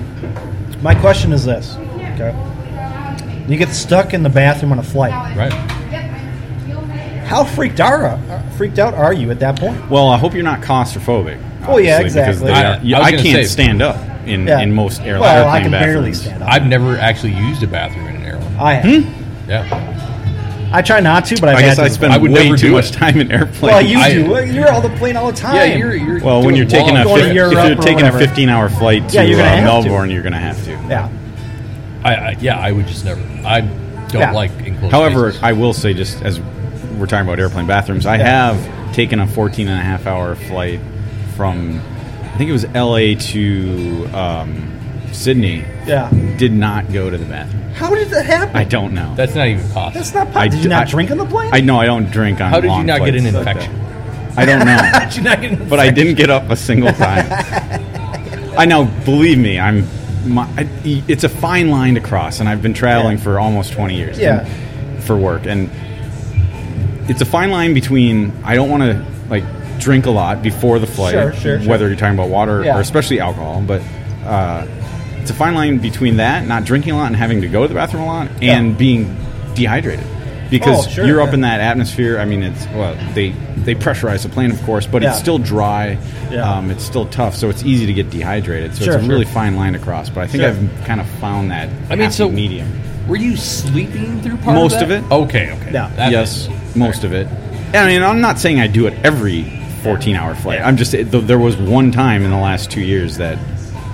C: My question is this: Okay, you get stuck in the bathroom on a flight.
D: Right.
C: How freaked are uh, freaked out are you at that point?
E: Well, I hope you're not claustrophobic.
C: Oh, yeah,
E: obviously, because
C: exactly.
E: they
D: I-
E: are- yeah,
D: I
E: I,
D: was gonna
E: can't
D: say-
E: stand up in, in most airline
C: Well, I
E: airplane
C: can barely
E: bathrooms. Hmm?
C: stand up.
D: I've never actually used a bathroom in an airline.
C: I
D: Yeah.
C: I try not to, but I've
E: I guess
C: had
E: I
C: to.
E: spend
D: I would
E: way
D: never
E: too
D: do
E: much
D: it.
E: time in airplanes.
C: Well, you
D: I-
C: do. You're on the plane all the time.
D: Yeah. You're. you're
E: [laughs] Well, when
D: doing
E: you're taking
D: long-
E: a
C: going to
E: fif-
C: Europe
E: if
C: or
E: you're taking a
C: whatever.
E: 15 hour flight to
C: Yeah, you're gonna
E: uh,
C: have to.
E: Melbourne, you're going to have to.
C: Yeah.
D: I, I, yeah, I would just never. I don't
C: Yeah.
D: like enclosed.
E: However,
D: spaces.
E: I will say, just as we're talking about airplane bathrooms, I have taken a 14 and a half hour flight from, I think it was LA to um, Sydney.
C: Yeah.
E: Did not go to the bathroom.
C: How did that happen?
E: I don't know.
D: that's not even possible.
C: That's not. possible. Did
E: d-
C: you not drink on the plane?
E: I know I don't drink on
D: How did you
E: long
D: not get an
E: flights.
D: infection?
E: I don't
D: [laughs]
E: know.
C: Did you not get-
E: but I didn't get up a single
C: [laughs]
E: time. I know, believe me, I'm. My, I, it's a fine line to cross, and I've been traveling for almost 20 years.
C: Yeah.
E: and- for work, and it's a fine line between I don't want to like drink a lot before the flight,
C: Sure, sure, sure.
E: whether you're talking about water
C: Yeah.
E: or especially alcohol, but. Uh, it's a fine line between that, not drinking a lot and having to go to the bathroom a lot, and being dehydrated because
C: Oh, sure,
E: you're up
C: yeah.
E: in that atmosphere. I mean, it's well, they they pressurize the plane, of course, but
C: Yeah.
E: it's still dry.
C: Yeah.
E: Um, it's still tough, so it's easy to get dehydrated. So
C: Sure,
E: it's a
C: sure.
E: really fine line to cross. But I think
C: Sure.
E: I've kind of found that.
D: I mean,
E: happy
D: so
E: medium.
D: Were you sleeping through part
E: Most
D: of,
E: of
D: that?
E: it.
D: Okay. Okay.
C: Yeah.
D: That
E: yes, most of it. I mean, I'm not saying I do it every 14 hour flight. I'm just th- there was one time in the last two years that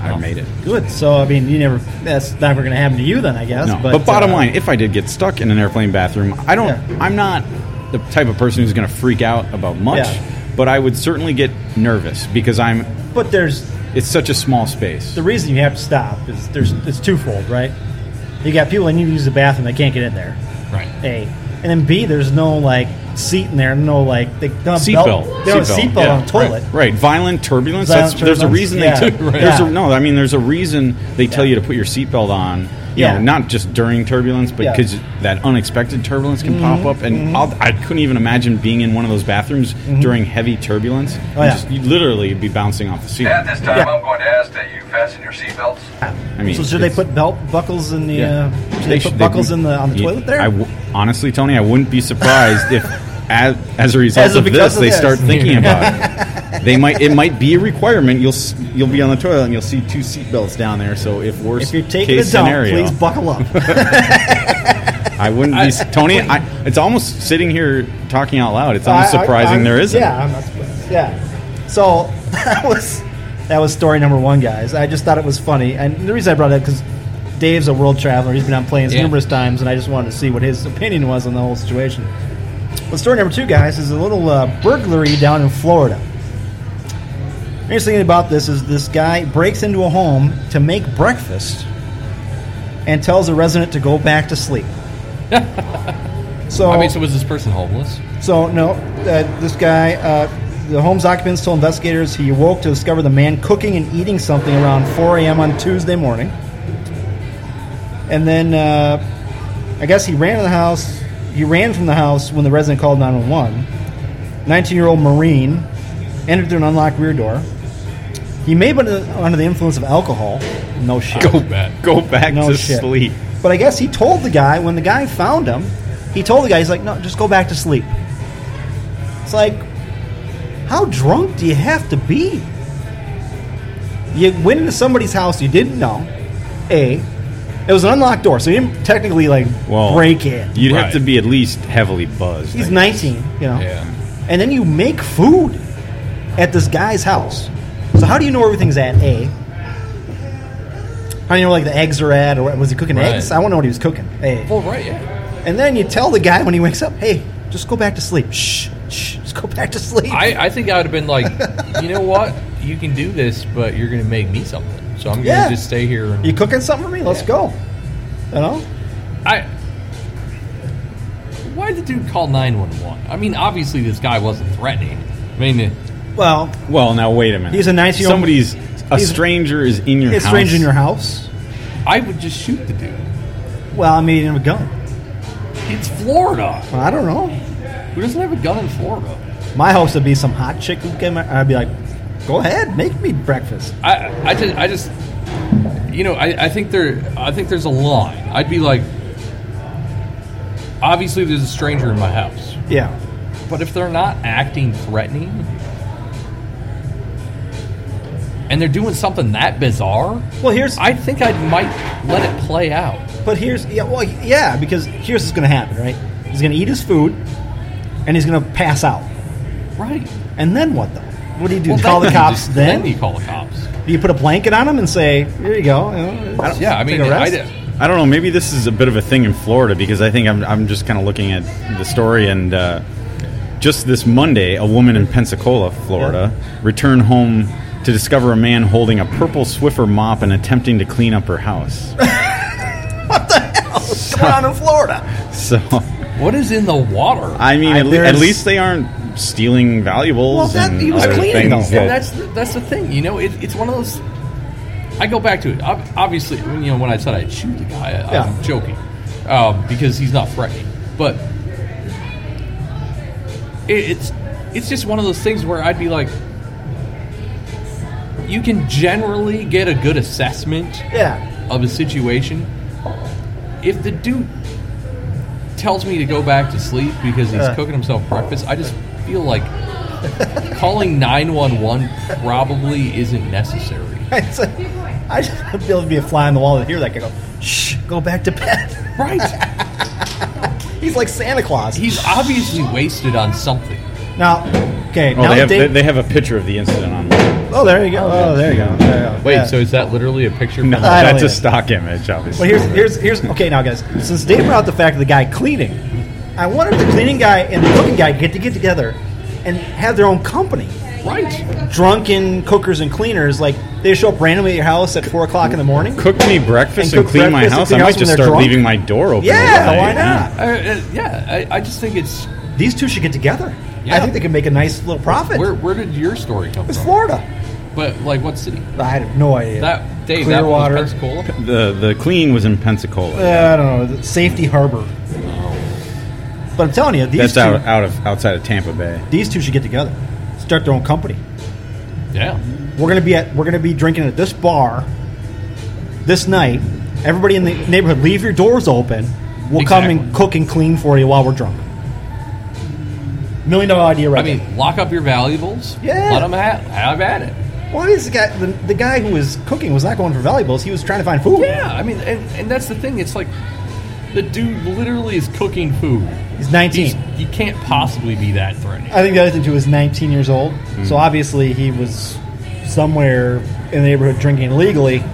C: Oh.
E: I made it.
C: Good. So I mean, you never. That's never going to happen to you, then I guess.
E: No,
C: But,
E: but, bottom
C: uh,
E: line, if I did get stuck in an airplane bathroom, I don't.
C: Yeah.
E: I'm not the type of person who's going to freak out about much.
C: Yeah.
E: But I would certainly get nervous because I'm
C: But there's
E: it's such a small space.
C: The reason you have to stop is there's it's twofold, right? You got people that need to use the bathroom that can't get in there.
D: Right.
C: A. And then B, there's no like seat in there, no like they don't have
E: Seatbelt.
C: belt- They don't have a
E: Seatbelt,
C: seatbelt
E: yeah,
C: on the toilet.
E: Right, violent turbulence.
C: Violent
E: that's, There's a
C: turbulence,
E: reason
C: yeah.
E: they do.
C: Right.
E: There's
C: Yeah.
E: a, no, I mean, there's a reason they tell you to put your seatbelt on. You
C: Yeah.
E: know, not just during turbulence, but
C: Yeah. Mm-hmm.
E: because that unexpected turbulence can pop up. And I'll, I couldn't even imagine being in one of those bathrooms during heavy turbulence.
C: Mm-hmm. Oh,
E: You
C: yeah.
E: just- you'd literally be bouncing off the seat.
G: At this time,
C: Yeah.
G: I'm going to ask that you fasten your seatbelts.
E: I mean,
C: so should they
E: it's-
C: put belt buckles in the? Uh, should they,
E: should-
C: put buckles in the on the
E: Yeah,
C: toilet there?
E: I w- honestly, Tony, I wouldn't be surprised
C: [laughs]
E: if, as, as a result
C: As of
E: of
C: because
E: this,
C: of
E: they
C: this.
E: start thinking about
C: [laughs]
E: it. They might. It might be a requirement. You'll s- you'll be on the toilet and you'll see two seatbelts down there. So if worst
C: if you're taking a
E: case
C: dump,
E: scenario,
C: please buckle
E: [laughs]
C: up.
E: I wouldn't be
C: [laughs]
E: s- Tony. I, it's almost sitting here talking out loud. It's almost
C: I- I-
E: surprising
C: I'm-
E: there isn't.
C: Yeah, I'm not surprised. Yeah. So [laughs] that was that was story number one, guys. I just thought it was funny, and the reason I brought it because Dave's a world traveler. He's been on planes
D: Yeah.
C: numerous times, and I just wanted to see what his opinion was on the whole situation. But story number two, guys, is a little uh, burglary down in Florida. Interesting thing about this is this guy breaks into a home to make breakfast and tells a resident to go back to
D: [laughs]
C: sleep. so
D: I mean, so was this person homeless?
C: so no, uh, this guy, uh, the home's occupants told investigators he awoke to discover the man cooking and eating something around 4 a.m. on Tuesday morning, and then uh, I guess he ran to the house. He ran from the house when the resident called 911. 19-year-old Marine entered through an unlocked rear door. He may have been under the influence of alcohol. No shit.
D: Go back.
E: Go back
C: No
E: to
C: shit.
E: sleep.
C: But I guess he told the guy when the guy found him, he told the guy, he's like, no, just go back to sleep. It's like, how drunk do you have to be? You went into somebody's house you didn't know. A, it was an unlocked door, so he didn't technically like
E: Well,
C: break in.
E: You'd have
D: Right.
E: to be at least heavily buzzed.
C: He's
E: I guess.
C: 19, you know.
D: Yeah.
C: And then you make food at this guy's house. So how do you know everything's at A? How do you know like the eggs are at, or what- was he cooking
D: Right.
C: eggs? I want to know what he was cooking. A.
D: Well, right. Yeah.
C: And then you tell the guy when he wakes up, hey, just go back to sleep. Shh, shh, just go back to sleep.
D: I, I think I would have been like, you know what? You can do this, but you're going to make me something. So I'm going to
C: Yeah.
D: just stay here. And
C: you cooking something for me? Let's
D: Yeah.
C: go. You know?
D: I. Why did the dude call 911? I mean, obviously this guy wasn't threatening. I mean,
C: Well,
E: Well, now wait a minute.
C: He's a 19-year-old
E: Somebody's a
C: he's-
E: stranger is in your
C: it's
E: house.
C: strange in your house.
D: I would just shoot the dude.
C: Well, I mean, you have a gun.
D: It's Florida.
C: Well, I don't know.
D: Who doesn't have a gun in Florida?
C: My house would be some hot chick who came. I'd be like, go ahead, make me breakfast.
D: I, I just, I just, you know, I, I think there, I think there's a line. I'd be like, obviously there's a stranger in my house,
C: Yeah.
D: but if they're not acting threatening, and they're doing something that bizarre,
C: Well, here's.
D: I think I might let it play out.
C: But here's yeah, well, yeah, because here's what's gonna happen, right? He's gonna eat his food, and he's gonna pass out.
D: Right.
C: And then what though? What do you do?
D: Well,
C: call the
D: then you
C: cops
D: just-
C: then?
D: you call the cops.
C: do you put a blanket on him and say, "Here you go"? you know,
D: Yeah, I
C: take
D: mean,
C: a
D: I,
C: rest?
D: did-
E: I don't know. Maybe this is a bit of a thing in Florida because I think I'm, I'm just kind of looking at the story. And uh, just this Monday, a woman in Pensacola, Florida, returned home to discover a man holding a purple Swiffer mop and attempting to clean up her
C: [laughs]
E: house.
C: What's going on in Florida?
E: so,
D: what is in the water?
E: I mean,
C: I-
E: at, le- at
C: there's-
E: least they aren't stealing valuables.
C: Well, that-
E: and
C: he was
E: other
C: cleaning
E: things
C: them.
E: that-
D: And that's the, that's the thing, you know. It, it's one of those. I go back to it. Ob- Obviously, when, you know, when I said I'd shoot the guy, I,
C: Yeah.
D: I'm joking um, because he's not threatening. But it, it's it's just one of those things where I'd be like, you can generally get a good assessment [laughs]
C: Yeah,
D: of a situation. If the dude tells me to go back to sleep because he's
C: Yeah.
D: cooking himself breakfast, I just feel like calling 911 probably isn't necessary.
C: it's like, I just [laughs] would be able to be a fly on the wall to hear that guy go, "Shh, go back to bed." [laughs]
D: Right.
C: He's like Santa Claus.
D: He's obviously wasted on something.
C: now, okay,
E: Oh,
C: now
E: they, have, they,
C: Dave-
E: they have a picture of the incident online.
C: oh, there you go. Oh, there you go. There you go.
D: Wait,
C: Yeah.
D: so is that literally a picture?
E: No,
D: From
C: I don't
E: that's
C: either.
E: a stock image, obviously.
C: Well, here's here's here's okay now, guys. Since Dave brought up the fact of the guy cleaning, I wonder if the cleaning guy and the cooking guy get to get together and have their own company.
E: Right.
C: Drunken cookers and cleaners, like they show up randomly at your house at four o'clock in the morning.
E: Cook me breakfast
C: And
E: and,
C: cook
E: clean my
C: breakfast
E: house. I might
C: and clean house when
E: just
C: they're
E: start
C: drunk.
E: leaving my door open.
C: Yeah,
E: all night.
C: why not?
D: I, uh, yeah, I, I just think it's.
C: These two should get together.
D: Yeah.
C: I think they could make a nice little profit.
D: Where, where did your story come
C: it's
D: from?
C: Florida.
D: But like, what city?
C: I have no idea.
D: That Dave,
C: Clearwater.
D: that was Pensacola.
E: The the cleaning was in Pensacola.
C: Uh, I don't know. the Safety Harbor. But I'm telling you,
E: That's
C: these two,
E: out, out of outside of Tampa Bay.
C: these two should get together, start their own company.
D: Yeah,
C: We're gonna be at we're gonna be drinking at this bar this night. Everybody in the neighborhood, leave your doors open. We'll come
D: Exactly.
C: and cook and clean for you while we're drunk. Million dollar idea, right?
D: I mean, lock up your valuables.
C: Yeah.
D: let them have, have at it.
C: there. why is the guy the, the guy who was cooking was not going for valuables? He was trying to find food.
D: Yeah, I mean, and, and that's the thing. It's like the dude literally is cooking food.
C: he's 19.
D: He's, he can't possibly be that threatening.
C: I think the other thing too is 19 years old.
D: Hmm.
C: So obviously he was somewhere in the neighborhood drinking illegally.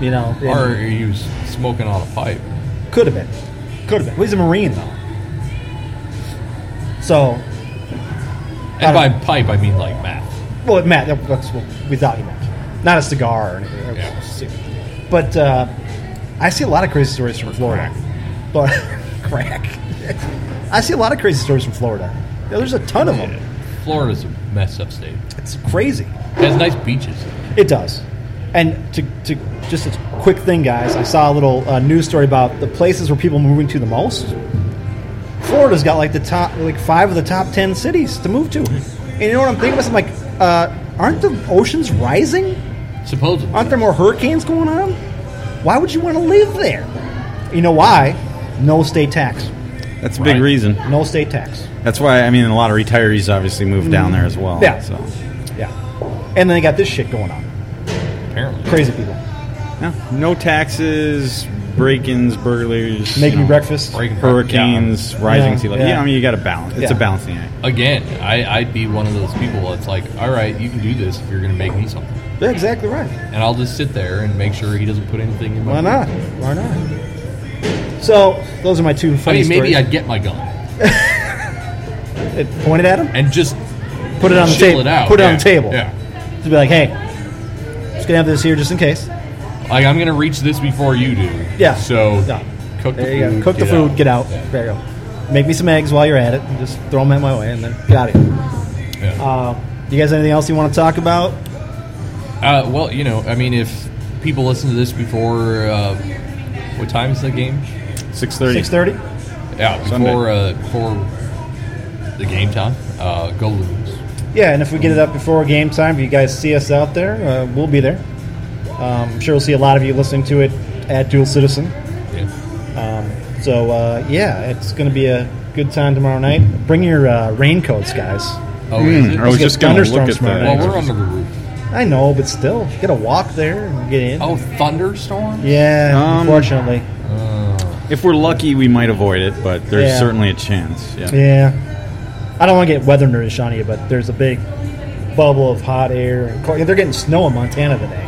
C: You know, and
D: Or he was smoking on a pipe.
C: could have been, could have been. Well, he's a marine though. So,
D: And by pipe, I mean like meth.
C: well, Matt, that- that's what we thought he meant, not a cigar or anything.
D: Yeah.
C: But uh, I see a lot of crazy stories from Florida. But [laughs] crack. I see a lot of crazy stories from Florida. Yeah, there's a ton of them.
D: Florida's a messed up state.
C: It's crazy.
D: It has nice beaches.
C: It does. And to, to just a quick thing, guys, I saw a little uh, news story about the places where people are moving to the most. Florida's got like the top, like five of the top ten cities to move to. And you know what I'm thinking? About? I'm like, uh, aren't the oceans rising?
D: Supposedly.
C: Aren't there more hurricanes going on? Why would you want to live there? You know why? No state tax.
E: That's a big
D: Right.
E: reason.
C: No state tax.
E: That's why I mean a lot of retirees obviously moved down there as well.
C: Yeah.
E: So
C: Yeah. And then they got this shit going on.
D: Apparently.
C: Crazy people.
E: yeah. no taxes, break-ins, burglaries,
C: Making
E: you know,
C: breakfast.
D: Breaking-
E: hurricanes, rising
C: Yeah,
E: sea level.
C: yeah.
E: Yeah. I mean you got to balance. It's
C: Yeah.
E: a balancing act.
D: Again, I, I'd be one of those people that's like, all right, you can do this if you're going to make me something.
C: Yeah, exactly right.
D: And I'll just sit there and make sure he doesn't put anything in my
C: Why not? Why not? So those are my two
D: I
C: funny
D: mean, maybe
C: stories. Uh,
D: I'd get my gun
C: It pointed at him,
D: and just
C: put it on the
D: chill
C: table,
D: it out.
C: put it
D: Yeah,
C: on the table.
D: Yeah.
C: Just be like, hey, just gonna have this here just in case.
D: Like, I'm going to reach this before you do.
C: Yeah.
D: So,
C: Yeah.
D: cook the
C: There you
D: food.
C: go. Cook the
D: get
C: food,
D: out.
C: get out.
D: Yeah.
C: There you go. Make me some eggs while you're at it. And just throw them at my way, and then get out of here.
D: Yeah.
C: Uh, you guys, anything else you want to talk about?
D: Uh, well, you know, I mean, if people listen to this before, uh, what time is the game?
E: Six thirty.
C: Six thirty.
D: Yeah, before uh, before the game time, uh, go Loons.
C: Yeah, and if we get it up before game time, if you guys see us out there, uh, we'll be there. Um, I'm sure we'll see a lot of you listening to it at Dual Citizen.
D: Yeah.
C: Um, so uh, yeah, it's going to be a good time tomorrow night. Bring your uh, raincoats, guys.
D: Oh, is it?
E: Mm. Hmm, I was
C: Let's
E: just
C: get
E: going to look
C: thunderstorms
E: at
C: tomorrow
D: well,
C: night.
E: that.
D: we're under the roof.
C: I know, but still, you got to walk there and get in.
D: Oh, thunderstorm.
C: Yeah,
E: Um,
C: unfortunately,
E: If we're lucky, we might avoid it, but there's
C: Yeah.
E: certainly a chance. Yeah.
C: yeah. I don't want to get weather nerdish on you, but there's a big bubble of hot air. And cold. They're getting snow in Montana today.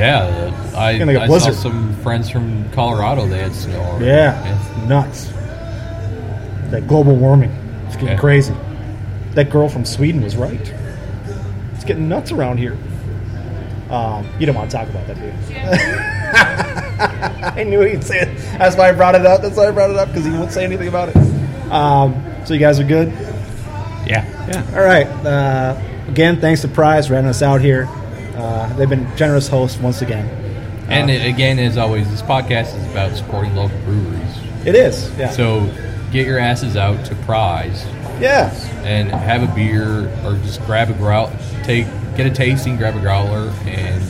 D: Yeah, the- I,
C: Gonna get
D: I saw
C: blizzard.
D: some friends from Colorado. They had snow. Already.
C: Yeah, it's nuts. That global warming, it's getting
D: Yeah.
C: crazy. That girl from Sweden was right. It's getting nuts around here. Um, you don't want to talk about that, do you? [laughs] I knew he'd say it. That's why I brought it up. That's why I brought it up because he won't say anything about it. Um, so you guys are good.
D: yeah.
C: All right. Uh, again, thanks to Prize for having us out here. Uh, they've been generous hosts once again.
D: And
E: Uh,
D: it, again, as always, this podcast is about supporting local breweries.
C: It is. Yeah.
D: So get your asses out to Prize
C: yeah.
D: and have a beer, or just grab a growl, take get a tasting, grab a growler, and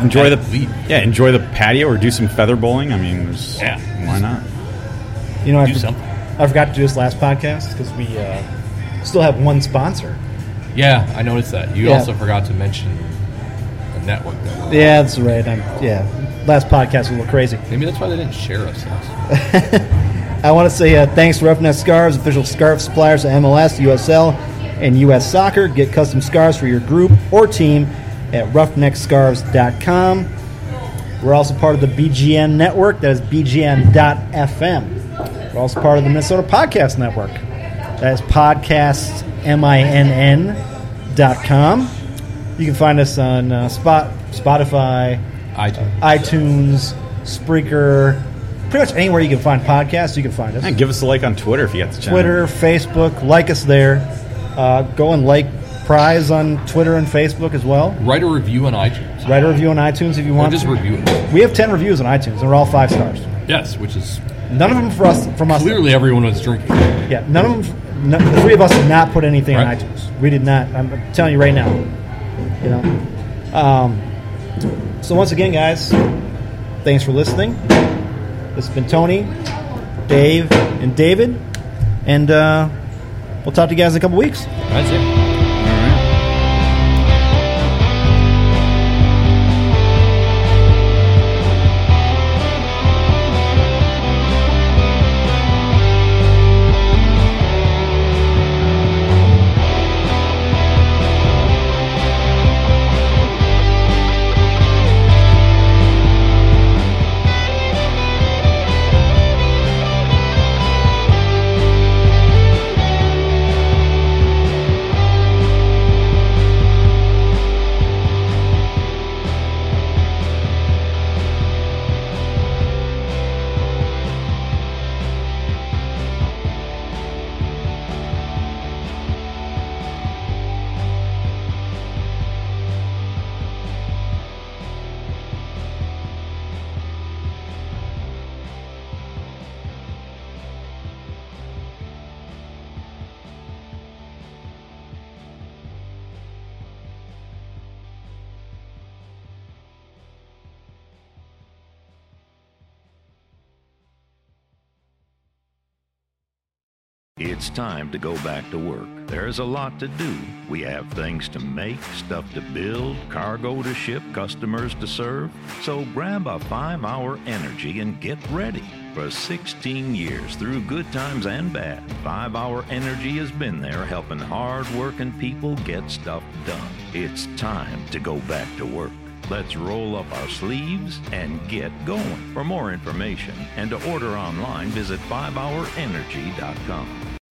E: Enjoy the
D: Leave.
E: yeah. Enjoy the patio or do some feather bowling. I mean, there's,
D: Yeah.
E: Why not?
C: You know, I,
D: Do
C: for-
D: something.
C: I forgot to do this last podcast because we uh, still have one sponsor.
D: yeah, I noticed that. You
C: Yeah.
D: also forgot to mention the network that we're on.
C: Yeah, that's right. I'm, yeah, last podcast was a little crazy.
D: Maybe that's why they didn't share us. Last
C: I want to say uh, thanks to Roughneck Scarves, official scarf suppliers of MLS, USL, and US Soccer. Get custom scarves for your group or team at roughneckscarves.com. We're also part of the BGN network. That is bgn.fm. We're also part of the Minnesota Podcast Network. That is podcastminn.com. You can find us on uh, Spot, Spotify,
D: iTunes.
C: iTunes, Spreaker, pretty much anywhere you can find podcasts, you can find us.
E: And give us a like on Twitter if you got the chance.
C: Twitter, Facebook, like us there. Uh, go and like Prize on Twitter and Facebook as well.
D: Write a review on iTunes.
C: Write a review on iTunes if you
D: Or
C: want.
D: just
C: to.
D: review it.
C: we have ten reviews on iTunes. They're all five stars.
D: Yes, which is
C: None of them for us from us.
D: clearly everyone was drinking.
C: Yeah, none of them. No, the three of us did not put anything on
D: Right.
C: iTunes. We did not. I'm I'm telling you right now. You know. Um, so once again, guys, thanks for listening. This has been Tony, Dave, and David, and uh, we'll talk to you guys in a couple weeks.
D: That's it.
H: It's time to go back to work. There's a lot to do. We have things to make, stuff to build, cargo to ship, customers to serve. So grab a five hour energy and get ready. For 16 years, through good times and bad, Five Hour Energy has been there helping hard working people get stuff done. It's time to go back to work. Let's roll up our sleeves and get going. For more information and to order online, visit 5hourenergy.com.